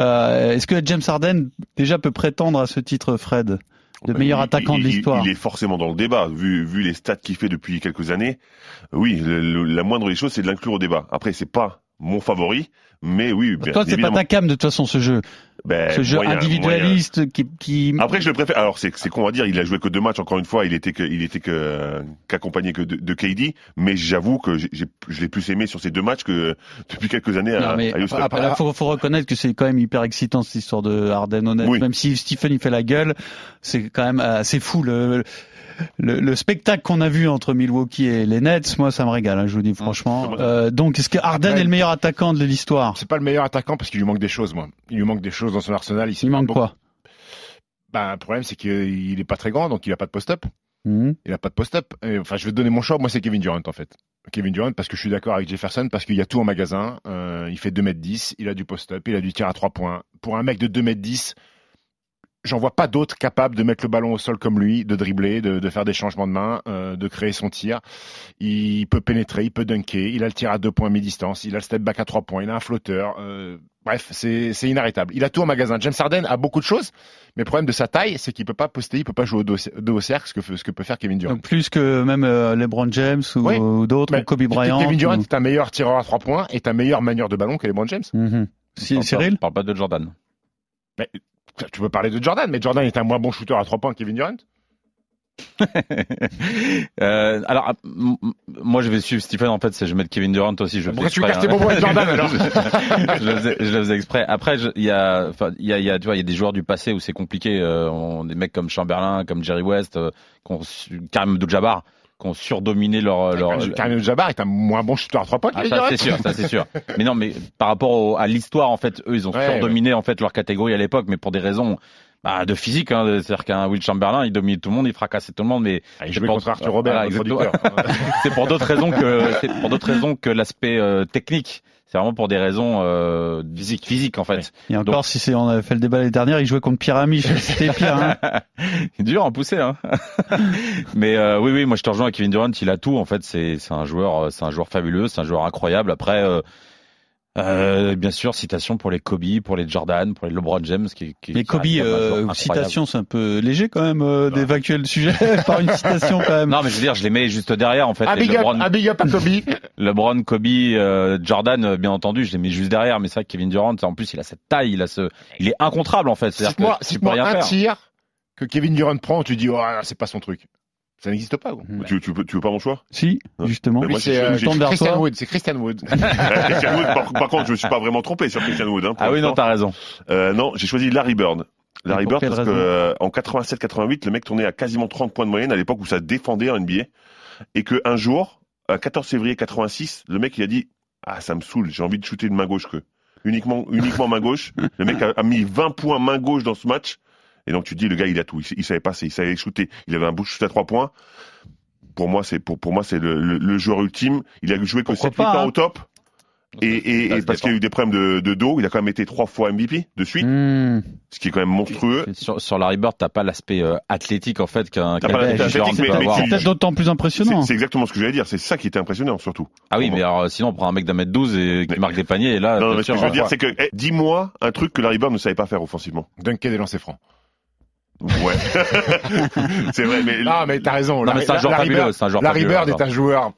S5: Euh, Est-ce que James Harden déjà peut prétendre à ce titre, Fred de meilleur
S2: Euh, Bah, Il-
S5: attaquant
S2: il-
S5: de l'histoire.
S2: Il, il est forcément dans le débat, vu, vu les stats qu'il fait depuis quelques années. Oui, le- le- la moindre des choses, c'est de l'inclure au débat. Après, c'est pas mon favori, mais oui, bien
S5: Toi, c'est pas
S2: évidemment.
S5: ta cam de toute façon ce jeu,
S2: Ben,
S5: ce jeu
S2: moyen,
S5: individualiste qui, qui
S2: Après, je le préfère. Alors, c'est c'est con à dire. Il a joué que deux matchs. Encore une fois, il était que, il était que euh, qu'accompagné que de, de KD. Mais j'avoue que j'ai- j'ai- je l'ai plus aimé sur ces deux matchs que depuis quelques années à,
S6: Euh,
S5: Non, mais
S2: à Houston.
S5: après, là, faut, faut reconnaître que c'est quand même hyper excitant cette histoire de Harden honnête.
S2: Oui.
S5: Même si Stephen il fait la gueule, c'est quand même assez fou le. Le, le spectacle qu'on a vu entre Milwaukee et les Nets, moi ça me régale, hein, je vous dis franchement.
S6: Mmh.
S5: Euh, donc est-ce que Harden est le meilleur attaquant de l'histoire
S6: C'est pas le meilleur attaquant parce qu'il lui manque des choses, moi. Il lui manque des choses dans son arsenal. Il, manque
S5: quoi
S6: Bah, le problème, c'est qu'il est pas très grand, donc il a pas de post-up.
S5: Mhm.
S6: Il a pas de post-up. Et, Enfin, je vais te donner mon choix. Moi, c'est Kevin Durant, en fait. Kevin Durant, parce que je suis d'accord avec Jefferson, parce qu'il y a tout en magasin. Euh, il fait 2m10, il a du post-up, il a du tir à 3 points. Pour un mec de 2m10, j'en vois pas d'autres capables de mettre le ballon au sol comme lui, de dribbler, de, de faire des changements de main, euh, de créer son tir. Il peut pénétrer, il peut dunker, il a le tir à deux points mi-distance, il a le step back à trois points, il a un flotteur. euh, bref, c'est c'est inarrêtable. Il a tout en magasin. James Harden a beaucoup de choses, mais le problème de sa taille, c'est qu'il peut pas poster, il peut pas jouer au dos, dos au cercle, ce que, fait- ce que peut faire Kevin Durant.
S5: Donc plus que même euh, LeBron James ou,
S6: Oui.
S5: ou d'autres,
S6: Mais
S5: ou Kobe Bryant.
S6: Kevin Durant
S5: ou-
S6: est un meilleur tireur à trois points et un meilleur manieur de ballon que LeBron James.
S5: Mhm. Si- Cyril
S7: parle pas de Jordan. (laughs)
S6: Mais, tu peux parler de Jordan, mais Jordan est un moins bon shooter à trois points que Kevin Durant.
S7: Euh, alors, m- m- moi, je vais suivre Stephen. En fait, c'est je vais mettre Kevin Durant aussi. Je le
S6: Pourquoi
S7: faisais
S6: tu casses
S7: exprès,
S6: tes
S7: hein.
S6: bonbons avec Jordan, alors
S7: (laughs) je, le faisais, je le faisais exprès. Après, je- il y a, enfin, il y a, il y a, tu vois, il y a des joueurs du passé où c'est compliqué. Euh, on, des mecs comme Chamberlain, comme Jerry West, euh, qu'on su- Karim Abdul-Jabbar, qui ont surdominé leur, leur,
S6: Karim Abdul-Jabbar est un moins bon shooter à trois points que
S7: euh, ah,
S6: Kevin
S7: ça
S6: Durant.
S7: c'est sûr, ça c'est sûr. Mais non, mais par rapport au- à l'histoire, en fait, eux, ils ont
S6: Ouais,
S7: surdominé en fait leur catégorie à l'époque, mais pour des raisons bah, de physique. Hein, C'est-à-dire qu'un Will Chamberlain, il dominait tout le monde, il fracassait tout le monde, mais
S6: Ah, il
S7: c'est
S6: jouait contre Arthur Robert, notre
S7: exactement.
S6: producteur.
S7: (laughs) c'est pour d'autres raisons que c'est pour d'autres raisons que l'aspect euh, technique. C'est vraiment pour des raisons euh, physiques, physiques en fait.
S5: Et encore, si c'est, on avait fait le débat l'année dernière, il jouait contre
S6: (laughs)
S5: Pyramide, c'était pire. Hein.
S7: C'est dur à pousser, hein. Mais euh, oui, oui, moi je te rejoins. Kevin Durant, il a tout. En fait, c'est c'est un joueur, euh, c'est un joueur fabuleux, c'est un joueur incroyable. Après, euh, Euh, bien sûr, citation pour les Kobe, pour les Jordan, pour les LeBron James. Qui, qui,
S5: Mais
S7: qui
S5: Kobe,
S7: arrive comme un joueur
S5: euh,
S7: incroyable.
S5: citation, c'est un peu léger quand même euh, d'évacuer le sujet (laughs) par une citation quand même.
S7: Non, mais je veux dire, je les mets juste derrière en fait.
S6: Ah,
S7: Les
S6: big up,
S7: LeBron,
S6: ah, big up à
S7: (laughs)
S6: Kobe.
S7: LeBron, Kobe, euh, Jordan, euh, bien entendu, je les mets juste derrière. Mais ça, Kevin Durant, en plus, il a cette taille, il a ce, il est incontrable en fait. C'est-à-dire
S6: Cite-moi
S7: que tu peux
S6: cite-moi
S7: rien
S6: un
S7: faire.
S6: tir que Kevin Durant prend, tu dis, oh, là, c'est pas son truc. Ça n'existe pas. gros.
S7: Mmh.
S6: Bah,
S2: Tu, tu, veux- tu veux pas mon choix (laughs)
S5: Si, justement.
S2: Mais
S6: Oui,
S2: moi,
S6: c'est
S2: je-
S6: euh,
S2: je tourne vers
S6: Christian
S2: toi.
S6: Wood. C'est Christian
S7: (laughs)
S6: Wood.
S2: Christian Wood, par, par contre, je me suis pas vraiment trompé sur Christian Wood. Hein,
S7: Ah oui, non, t'as raison.
S2: Euh, non, j'ai choisi Larry Bird.
S7: Et
S2: Larry
S7: pour
S2: Bird,
S7: quelle
S2: parce que
S7: raison
S2: euh, en 87-88, le mec tournait à quasiment 30 points de moyenne à l'époque où ça défendait en NBA. Et que un jour, à 14 février 86, le mec, il a dit Ah, ça me saoule, j'ai envie de shooter de main gauche que. Uniquement, uniquement main gauche. Le mec a, a mis 20 points main gauche dans ce match. Et donc, tu te dis, le gars, il a tout. Il, il savait passer, il savait shooter. Il avait un bout de shoot à 3 points. Pour moi, c'est pour, pour moi, c'est le, le- le joueur ultime. Il a joué que 7-8
S5: pas,
S2: ans
S5: hein.
S2: au top. Et, et-
S7: Ça
S2: et
S7: se
S2: parce
S7: dépend.
S2: qu'il y a eu des problèmes de, de dos, il a quand même été trois fois MVP de suite,
S5: Hmm.
S2: ce qui est quand même monstrueux.
S7: Sur, sur Larry Bird, t'as pas l'aspect euh, athlétique en fait qu'un
S2: T'as
S7: qu'un
S2: pas
S7: Kevin
S2: l'aspect
S7: Durant
S2: athlétique,
S7: peut
S2: mais- mais
S7: avoir.
S2: tu-
S5: Peut-être d'autant plus impressionnant.
S2: C'est c'est exactement ce que j'allais dire, c'est ça qui était impressionnant surtout.
S7: Ah oui, mais alors, sinon on prend un mec d'un mètre 12 et qui marque des paniers et là.
S2: Non, non,
S7: bien
S2: mais ce
S7: sûr, hein.
S2: que je veux
S7: on
S2: dire,
S7: voit.
S2: c'est que eh, dis-moi un truc que Larry Bird ne savait pas faire offensivement.
S6: Dunker des lancers francs.
S2: Ouais, (laughs) c'est vrai, mais
S6: Non, Ah, mais t'as raison.
S7: Non, mais c'est un joueur
S6: Larry
S7: fabuleux,
S6: Bird-
S7: c'est un joueur
S6: Larry
S7: fabuleux,
S6: Bird est un
S7: d'accord.
S6: joueur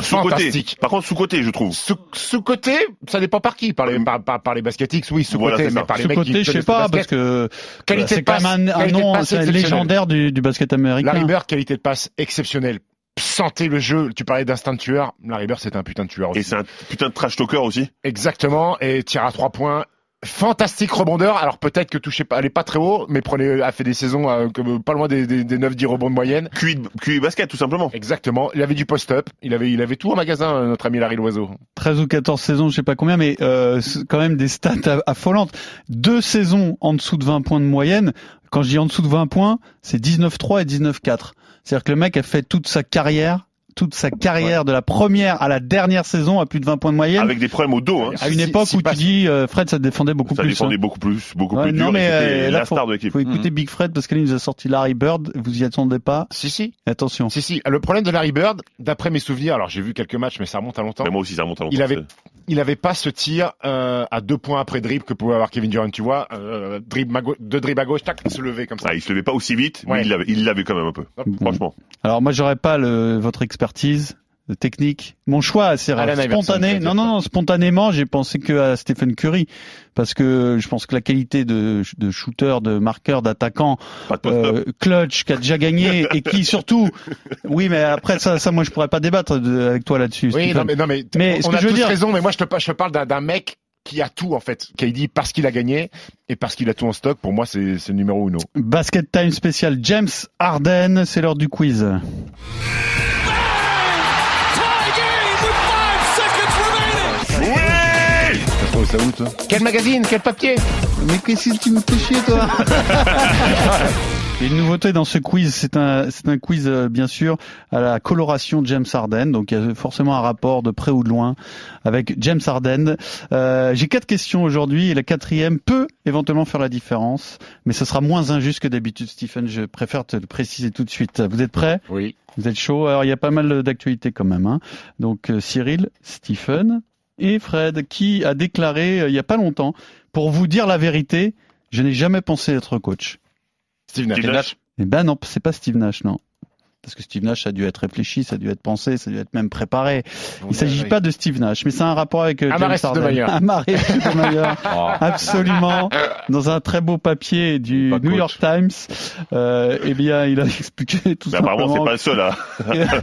S2: sous-côté.
S6: fantastique.
S2: Par contre, sous-côté, je trouve.
S6: Sous- Sous-côté, ça dépend par qui. Par les, par, par, par les baskettics, oui,
S2: Voilà,
S6: sous-côté,
S2: c'est
S6: mais
S2: ça.
S6: par les
S5: hein. Ce
S6: mecs qui
S5: côté, je sais
S6: connaissent
S5: pas,
S6: le
S5: parce
S6: basket.
S5: que euh,
S6: Qualité
S5: c'est
S6: de
S5: quand
S6: passe,
S5: même un, un
S6: qualité de
S5: nom
S6: passe
S5: c'est
S6: exceptionnelle.
S5: légendaire du, du basket américain.
S6: Larry Bird, qualité de passe exceptionnelle. Sentez le jeu. Tu parlais d'instinct de tueur. Larry Bird, c'est un putain de tueur
S2: Et
S6: aussi.
S2: c'est un putain de trash talker aussi.
S6: Exactement. Et tir à trois points. Fantastique rebondeur. Alors peut-être que touchez pas, allez pas très haut, mais prenez, a fait des saisons euh, comme, pas loin des, des, des 9-10 rebonds de moyenne.
S2: QI, de- QI basket, tout simplement.
S6: Exactement. Il avait du post-up. Il avait, il avait tout en magasin, euh, notre ami Larry Loiseau.
S5: 13 ou 14 saisons, je sais pas combien, mais euh, c'est quand même des stats a- affolantes. Deux saisons en dessous de 20 points de moyenne. Quand je dis en dessous de 20 points, c'est 19-3 et 19-4. C'est-à-dire que le mec a fait toute sa carrière, toute sa carrière de la première à la dernière saison à plus de 20 points de moyenne.
S2: Avec des problèmes au dos, hein.
S5: à une
S6: si-
S5: époque
S6: si
S5: où
S6: passe-
S5: tu dis euh, Fred, ça défendait beaucoup
S2: Ça
S5: plus.
S2: défendait
S5: hein.
S2: beaucoup plus, beaucoup
S5: Ouais,
S2: plus
S5: non,
S2: dur.
S5: mais
S2: et c'était
S5: euh, là,
S2: la
S5: faut-
S2: star de l'équipe. Mm.
S5: Faut écouter Big Fred parce qu'il nous a sorti Larry Bird. Vous y attendez pas.
S6: Si, si.
S5: Attention.
S6: Si, si. Le problème de Larry Bird, d'après mes souvenirs, alors j'ai vu quelques matchs, mais ça remonte à longtemps.
S2: Mais moi aussi, ça remonte à longtemps.
S6: Il avait-
S2: c'est-
S6: il avait pas ce tir euh, à deux points après dribble que pouvait avoir Kevin Durant, tu vois, euh, dribble à gauche, deux dribbles à gauche, tac, se lever comme ça.
S2: Ah, il se levait pas aussi vite,
S6: Ouais.
S2: mais il l'avait, il l'avait quand même un peu. Franchement.
S5: Alors moi j'aurais pas le, votre expertise euh, technique. Mon choix c'est
S6: Allen Iverson,
S5: spontané.
S6: c'est-à-dire
S5: Non non non, spontanément, j'ai pensé que à Stephen Curry parce que je pense que la qualité de, de shooter, de marqueur, d'attaquant,
S2: Pas de post-up.
S5: euh, clutch qui a déjà gagné et qui
S2: (laughs)
S5: surtout Oui, mais après ça ça moi je pourrais pas débattre de- avec toi là-dessus.
S6: Oui,
S5: Stephen.
S6: non mais, non, mais, t-
S5: Mais ce
S6: on
S5: que
S6: a
S5: je veux
S6: tous
S5: dire-
S6: raison, mais moi je te, pa- je te parle d'un- d'un mec qui a tout en fait, KD parce qu'il a gagné et parce qu'il a tout en stock, pour moi c'est c'est le numéro uno.
S5: Basket Time spécial James Harden, c'est l'heure du quiz.
S6: Quel magazine, quel papier
S5: Mais qu'est-ce que tu me fais chier, toi Une nouveauté dans ce quiz, c'est un, c'est un quiz euh, bien sûr à la coloration James Harden, donc il y a forcément un rapport de près ou de loin avec James Harden. Euh, J'ai quatre questions aujourd'hui et la quatrième peut éventuellement faire la différence, mais ce sera moins injuste que d'habitude, Stephen. Je préfère te le préciser tout de suite. Vous êtes prêts
S6: Oui.
S5: Vous êtes chaud Alors il y a pas mal d'actualités quand même. Hein. Donc euh, Cyril, Stephen et Fred, qui a déclaré euh, il y a pas longtemps, pour vous dire la vérité, je n'ai jamais pensé être coach.
S6: Steve Nash.
S2: Steve Nash.
S5: Eh ben non, c'est pas Steve Nash, non. Parce que Steve Nash, ça a dû être réfléchi, ça a dû être pensé, ça a dû être même préparé. Il ne s'agit pas de Steve Nash, mais c'est un rapport avec euh, James
S6: Amar'e
S5: Harden.
S6: Stoudemire.
S5: Amar'e Stoudemire,
S7: Oh.
S5: absolument. Dans un très beau papier du
S7: Pas
S5: New
S7: coach.
S5: York Times, euh, eh bien, il a expliqué tout
S2: Mais apparemment, c'est
S5: simplement.
S2: pas le seul à.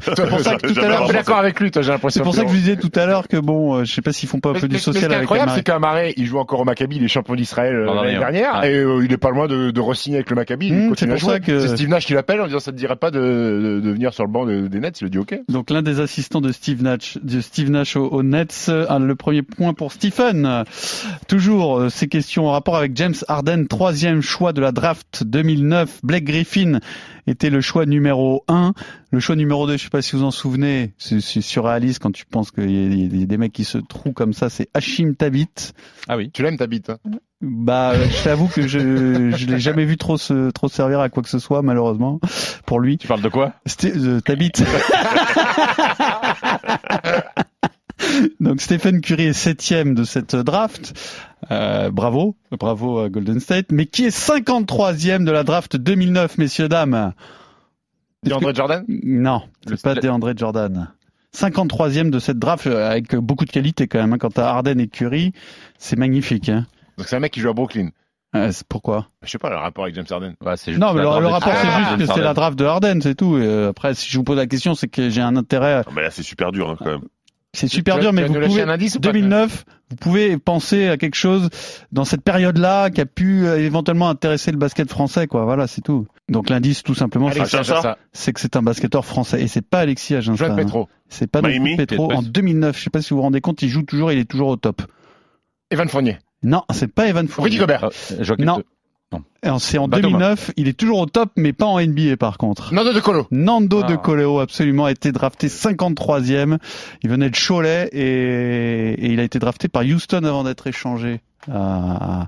S6: (laughs) C'est pour
S2: (laughs)
S6: ça que tout à l'heure, je
S2: J'avais
S6: suis
S2: vraiment
S6: d'accord avec lui, toi, j'ai l'impression.
S5: (laughs) C'est pour ça que je vous disais tout à l'heure que bon, euh, je sais pas s'ils font pas un
S6: Mais-
S5: peu
S6: mais-
S5: du
S6: mais ce qui
S5: social
S6: est
S5: avec
S6: incroyable, c'est
S5: Amar'e.
S6: qu'un Marais, il joue encore au Maccabi, il est champion d'Israël euh,
S7: L'an
S6: l'année
S7: dernier,
S6: dernière,
S7: ouais.
S6: et euh, il est pas loin de, de re-signer avec le Maccabi. il
S5: Mmh,
S6: continue
S5: c'est
S6: à
S5: pour
S6: jouer.
S5: ça que-
S6: C'est Steve Nash qui l'appelle en disant ça te dirait pas de, de, de venir sur le banc de- des Nets, il a dit ok.
S5: Donc l'un des assistants de Steve Nash, de Steve Nash au, au Nets, euh, un- le premier point pour Stephen. Euh, Toujours euh, ces questions en rapport avec James Harden, troisième choix de la draft 2009. Blake Griffin était le choix numéro un. Le choix numéro deux, je sais pas si vous en souvenez, c'est c'est surréaliste quand tu penses qu'il y, a- il y a des mecs qui se trouent comme ça. C'est Hashim Tabit.
S7: Ah oui.
S6: Tu l'aimes ta bite. hein
S5: Bah, euh, je t'avoue que je je l'ai jamais vu trop se trop servir à quoi que ce soit malheureusement pour lui. euh,
S7: Tu parles de quoi
S5: C'était euh, Tabit. Donc Stephen Curry est septième de cette draft. Euh, bravo, bravo à Golden State. Mais qui est 53e de la draft 2009, messieurs, dames
S6: DeAndre Jordan
S5: Non, c'est pas DeAndre Jordan. 53e de cette draft euh, avec beaucoup de qualité quand même. hein. Quant à Harden et Curry, c'est magnifique. hein.
S6: Donc c'est un mec qui joue à Brooklyn.
S5: Euh, c'est- pourquoi
S6: Je sais pas le rapport avec James Harden.
S7: Bah,
S5: Non, mais le, le rapport, c'est juste que c'est la draft de Harden, c'est tout. Et, euh, après, si je vous pose la question, c'est que j'ai un intérêt.
S2: Ah, mais là, c'est super dur hein, quand même.
S5: C'est super
S2: Tu vas-
S5: dur,
S2: tu
S5: mais
S2: vas
S5: vous
S2: nous lâcher
S5: pouvez.
S2: un indice ou pas
S6: Ah,
S5: 2009, vous pouvez penser à quelque chose dans cette période-là qui a pu euh, éventuellement intéresser le basket français, quoi. Voilà, c'est tout. Donc l'indice, tout simplement,
S6: Alexis
S5: c'est-
S6: Ajassa.
S5: c'est que c'est un basketteur français et c'est pas Alexis Aginsta.
S6: Joan
S5: hein.
S6: Petro.
S5: C'est pas non plus
S6: Miami,
S5: Petro.
S6: Kate
S5: En
S6: Bass.
S5: 2009, je sais pas si vous vous rendez compte, il joue toujours, il est toujours au top.
S6: Evan Fournier.
S5: Non, c'est pas Evan Fournier.
S6: Rudy
S7: Ah,
S6: Gobert.
S7: euh,
S5: Non. Et en- C'est en
S6: Batum.
S5: 2009, il est toujours au top, mais pas en NBA par contre.
S6: Nando De Colo.
S5: Nando
S6: Ah.
S5: De Colo, absolument, a été drafté 53e. Il venait de Cholet et, et il a été drafté par Houston avant d'être échangé à,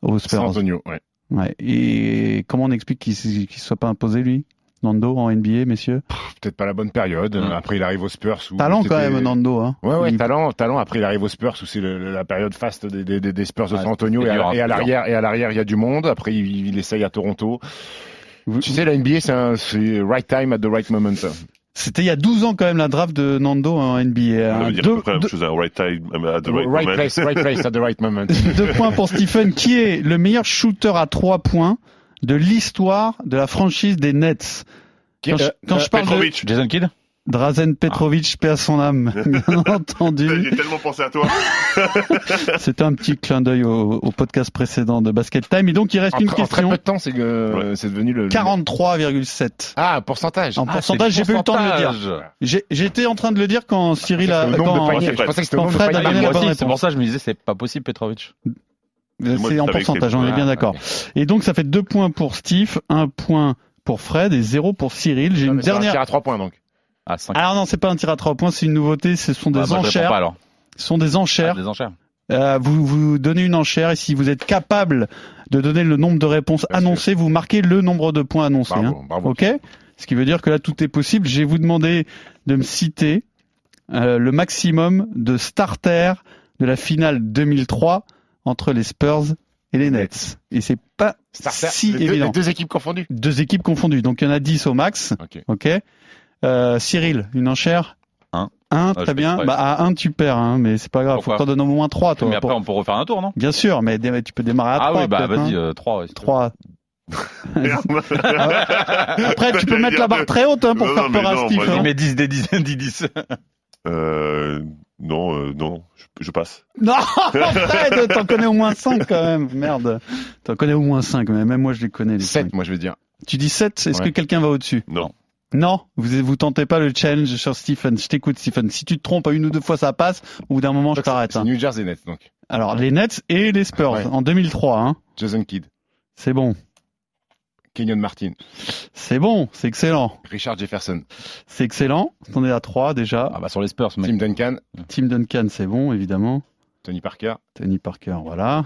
S5: aux Spurs.
S6: San Antonio, ouais.
S5: Ouais. Et comment on explique qu'il ne soit pas imposé, lui Nando en NBA, messieurs
S6: Peut-être pas la bonne période. Euh, Après, il arrive aux Spurs. Où
S5: Talent quand
S6: c'était-
S5: même, Nando. Hein.
S6: Ouais, ouais,
S5: Il-
S6: talent, talent. Après, il arrive aux Spurs où c'est le- le- la période faste des, des- des- des Spurs de
S5: Ouais,
S6: San Antonio et,
S5: c'était
S6: à-
S5: dur, hein,
S6: et à
S5: dur.
S6: l'arrière, et à l'arrière, il y a du monde. Après, il, il essaye à Toronto. tu sais, la NBA, c'est un- c'est right time at the right moment.
S5: C'était il y a 12 ans quand même la draft de Nando en NBA.
S2: Ça
S5: hein.
S2: veut dire à
S5: Deux-
S2: peu près la même chose, hein, right time at the right,
S6: Right
S2: moment.
S6: place, right place at the right moment.
S5: Deux points pour Stephen, qui est le meilleur shooter à trois points de l'histoire de la franchise des Nets. (laughs) Quand
S2: Euh,
S5: je, quand je parle de
S7: Jason Kidd
S5: Drazen
S7: Ah.
S5: Petrovic, paix à son
S7: (laughs)
S5: âme, bien entendu.
S2: J'ai tellement pensé
S5: (laughs)
S2: à toi.
S5: C'était un petit clin d'œil au, au podcast précédent de Basket Time. Et donc, il reste
S6: En
S5: une
S6: tr- en très
S5: question.
S6: peu de temps, c'est que- c'est devenu le.
S5: 43,7.
S6: Ah, pourcentage.
S5: En
S6: Ah,
S5: pourcentage,
S6: c'est
S5: j'ai
S6: le
S5: pas eu le temps de le dire. Ah,
S6: pourcentage.
S7: Ah,
S5: J'ai- J'étais en train de le dire quand Cyril a.
S7: Le nombre
S5: quand,
S7: de paniers. Je
S5: quand
S7: pensais que c'était le nombre
S5: Fred
S7: de
S5: a
S7: paniers.
S5: donné la
S7: Moi
S5: bonne
S7: aussi, C'est
S5: réponse.
S7: pour ça que je me disais, c'est pas possible, Petrovic. Moi,
S5: Euh, C'est
S7: je
S5: en
S7: savais que
S5: pourcentage,
S7: c'était-
S5: on est bien
S7: Ah,
S5: d'accord. Et donc, ça fait deux points pour Steve, un point pour Fred et zéro pour Cyril. J'ai une
S6: C'est un tir
S5: dernière.
S6: à 3 points, donc.
S7: Ah, 5.
S5: Alors non, c'est pas un tir à trois points, c'est une nouveauté. Ce sont des
S7: Ah, moi, je réponds
S5: enchères.
S7: pas, alors.
S5: Ce sont des enchères.
S7: Des enchères.
S5: Euh, vous vous donnez une enchère et si vous êtes capable de donner le nombre de réponses annoncées, vous marquez le nombre de points annoncés.
S6: Bravo,
S5: hein.
S6: bravo.
S5: Ok Ce qui veut dire que là tout est possible. Je vais vous demander de me citer euh, le maximum de starters de la finale 2003 entre les Spurs et les Nets. Et c'est pas
S6: Starter.
S5: si
S6: les deux-
S5: évident.
S6: les deux équipes confondues.
S5: Deux équipes confondues. Donc il y en a 10 au max.
S6: Ok.
S5: Euh, Cyril, une enchère
S7: Un.
S5: Un,
S7: Ah, je
S5: très bien.
S7: fais exprès.
S5: Bah, à un, tu perds, hein, mais c'est pas grave.
S7: Pourquoi
S5: Faut que t'en donnes au moins 3, toi.
S7: Mais après,
S5: pour-
S7: on peut refaire un tour, non
S5: Bien sûr, mais dé- tu peux démarrer à hein.
S7: Ah
S5: 3.
S7: oui, bah vas-y, 3.
S5: 3. Ah
S2: Ah, bah,
S5: Après, tu peux mettre la barre très haute hein, pour
S2: Non,
S5: faire
S2: non,
S5: peur
S2: mais
S5: à
S2: non,
S5: Steve.
S2: moi, non. (laughs)
S5: hein.
S2: Mais
S7: 10 des 10, 10, 10.
S2: Euh, non, euh, non, je, je passe.
S5: Non, Fred, t'en connais au moins 5 quand même. Merde. T'en connais au moins 5, mais même moi je les connais. Les
S6: 7,
S5: cinq.
S6: moi, je veux dire.
S5: Tu dis 7, est-ce
S6: Ouais.
S5: que quelqu'un va au-dessus
S2: Non.
S5: Non, vous vous tentez pas le challenge sur Stephen. Je t'écoute, Stephen. Si tu te trompes à une ou deux fois, ça passe. Ou d'un moment, je
S7: Bah,
S5: t'arrête. hein.
S6: New Jersey Nets, donc.
S5: Alors, les Nets et les Spurs
S6: Ouais.
S5: en 2003. Hein.
S6: Jason Kidd.
S5: C'est bon.
S6: Kenyon Martin.
S5: C'est bon. C'est excellent.
S6: Richard Jefferson.
S5: C'est excellent. On est à 3 déjà.
S7: Ah bah sur les Spurs, mec.
S6: Tim Duncan.
S5: Tim Duncan, c'est bon, évidemment.
S6: Tony Parker.
S5: Tony Parker, voilà.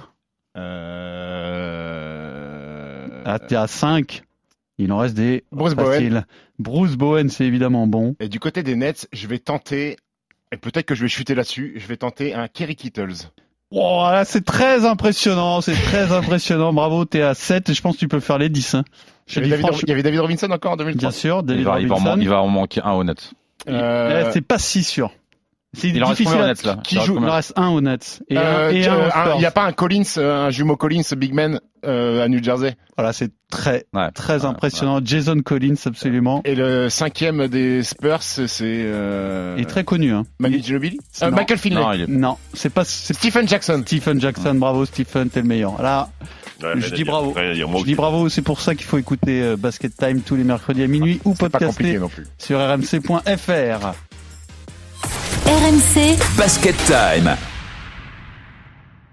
S6: Euh...
S5: Ah, t'es à 5. Il en reste des
S6: Bruce
S5: faciles. Bruce Bowen, c'est évidemment bon.
S6: Et du côté des Nets, je vais tenter, et peut-être que je vais chuter là-dessus, je vais tenter un Kerry Kittles.
S5: Wow, là, c'est très impressionnant, c'est
S6: (laughs)
S5: très impressionnant. Bravo, t'es à 7 et je pense que tu peux faire les 10. hein. Je te
S6: Il y, avait
S5: dis
S6: David,
S5: franchement-
S6: il y avait David Robinson encore en 2003.
S5: bien sûr,
S7: Il
S5: David
S7: va, il, va en, man-
S5: Robinson.
S7: il va en manquer un honnête.
S6: Euh,
S5: Eh, c'est pas si sûr. C'est
S7: Il en reste
S5: difficile. à-
S7: combien au Nets, là
S5: Qui
S7: Il en reste
S5: joue Il
S7: combien
S5: en reste un au Nets. Et un, et un au
S6: Il
S5: Spurs.
S6: n'y a pas euh, un Collins, euh, un jumeau Collins, Big Man, euh, à New Jersey.
S5: Voilà, c'est très,
S7: Ouais.
S5: très impressionnant. Jason Collins, absolument.
S6: Et le cinquième des Spurs, c'est euh,
S5: Il est très connu. Hein.
S6: Manu Ginobili Euh,
S5: Non.
S6: Michael Finley.
S7: Non, Ah, il est-
S5: Non, c'est pas. c'est-
S6: Stephen Jackson.
S5: Stephen Jackson, bravo Stephen, t'es le meilleur. Là,
S2: Ouais, rien
S5: je
S2: à
S5: dis
S2: dire,
S5: bravo.
S2: rien à dire, moi
S5: Je dis bravo, c'est pour ça qu'il faut écouter euh, Basket Time tous les mercredis à minuit ou
S6: Ah, Pas
S5: podcaster
S6: compliqué non plus.
S5: sur rmc.fr.
S4: RMC
S14: Basket Time.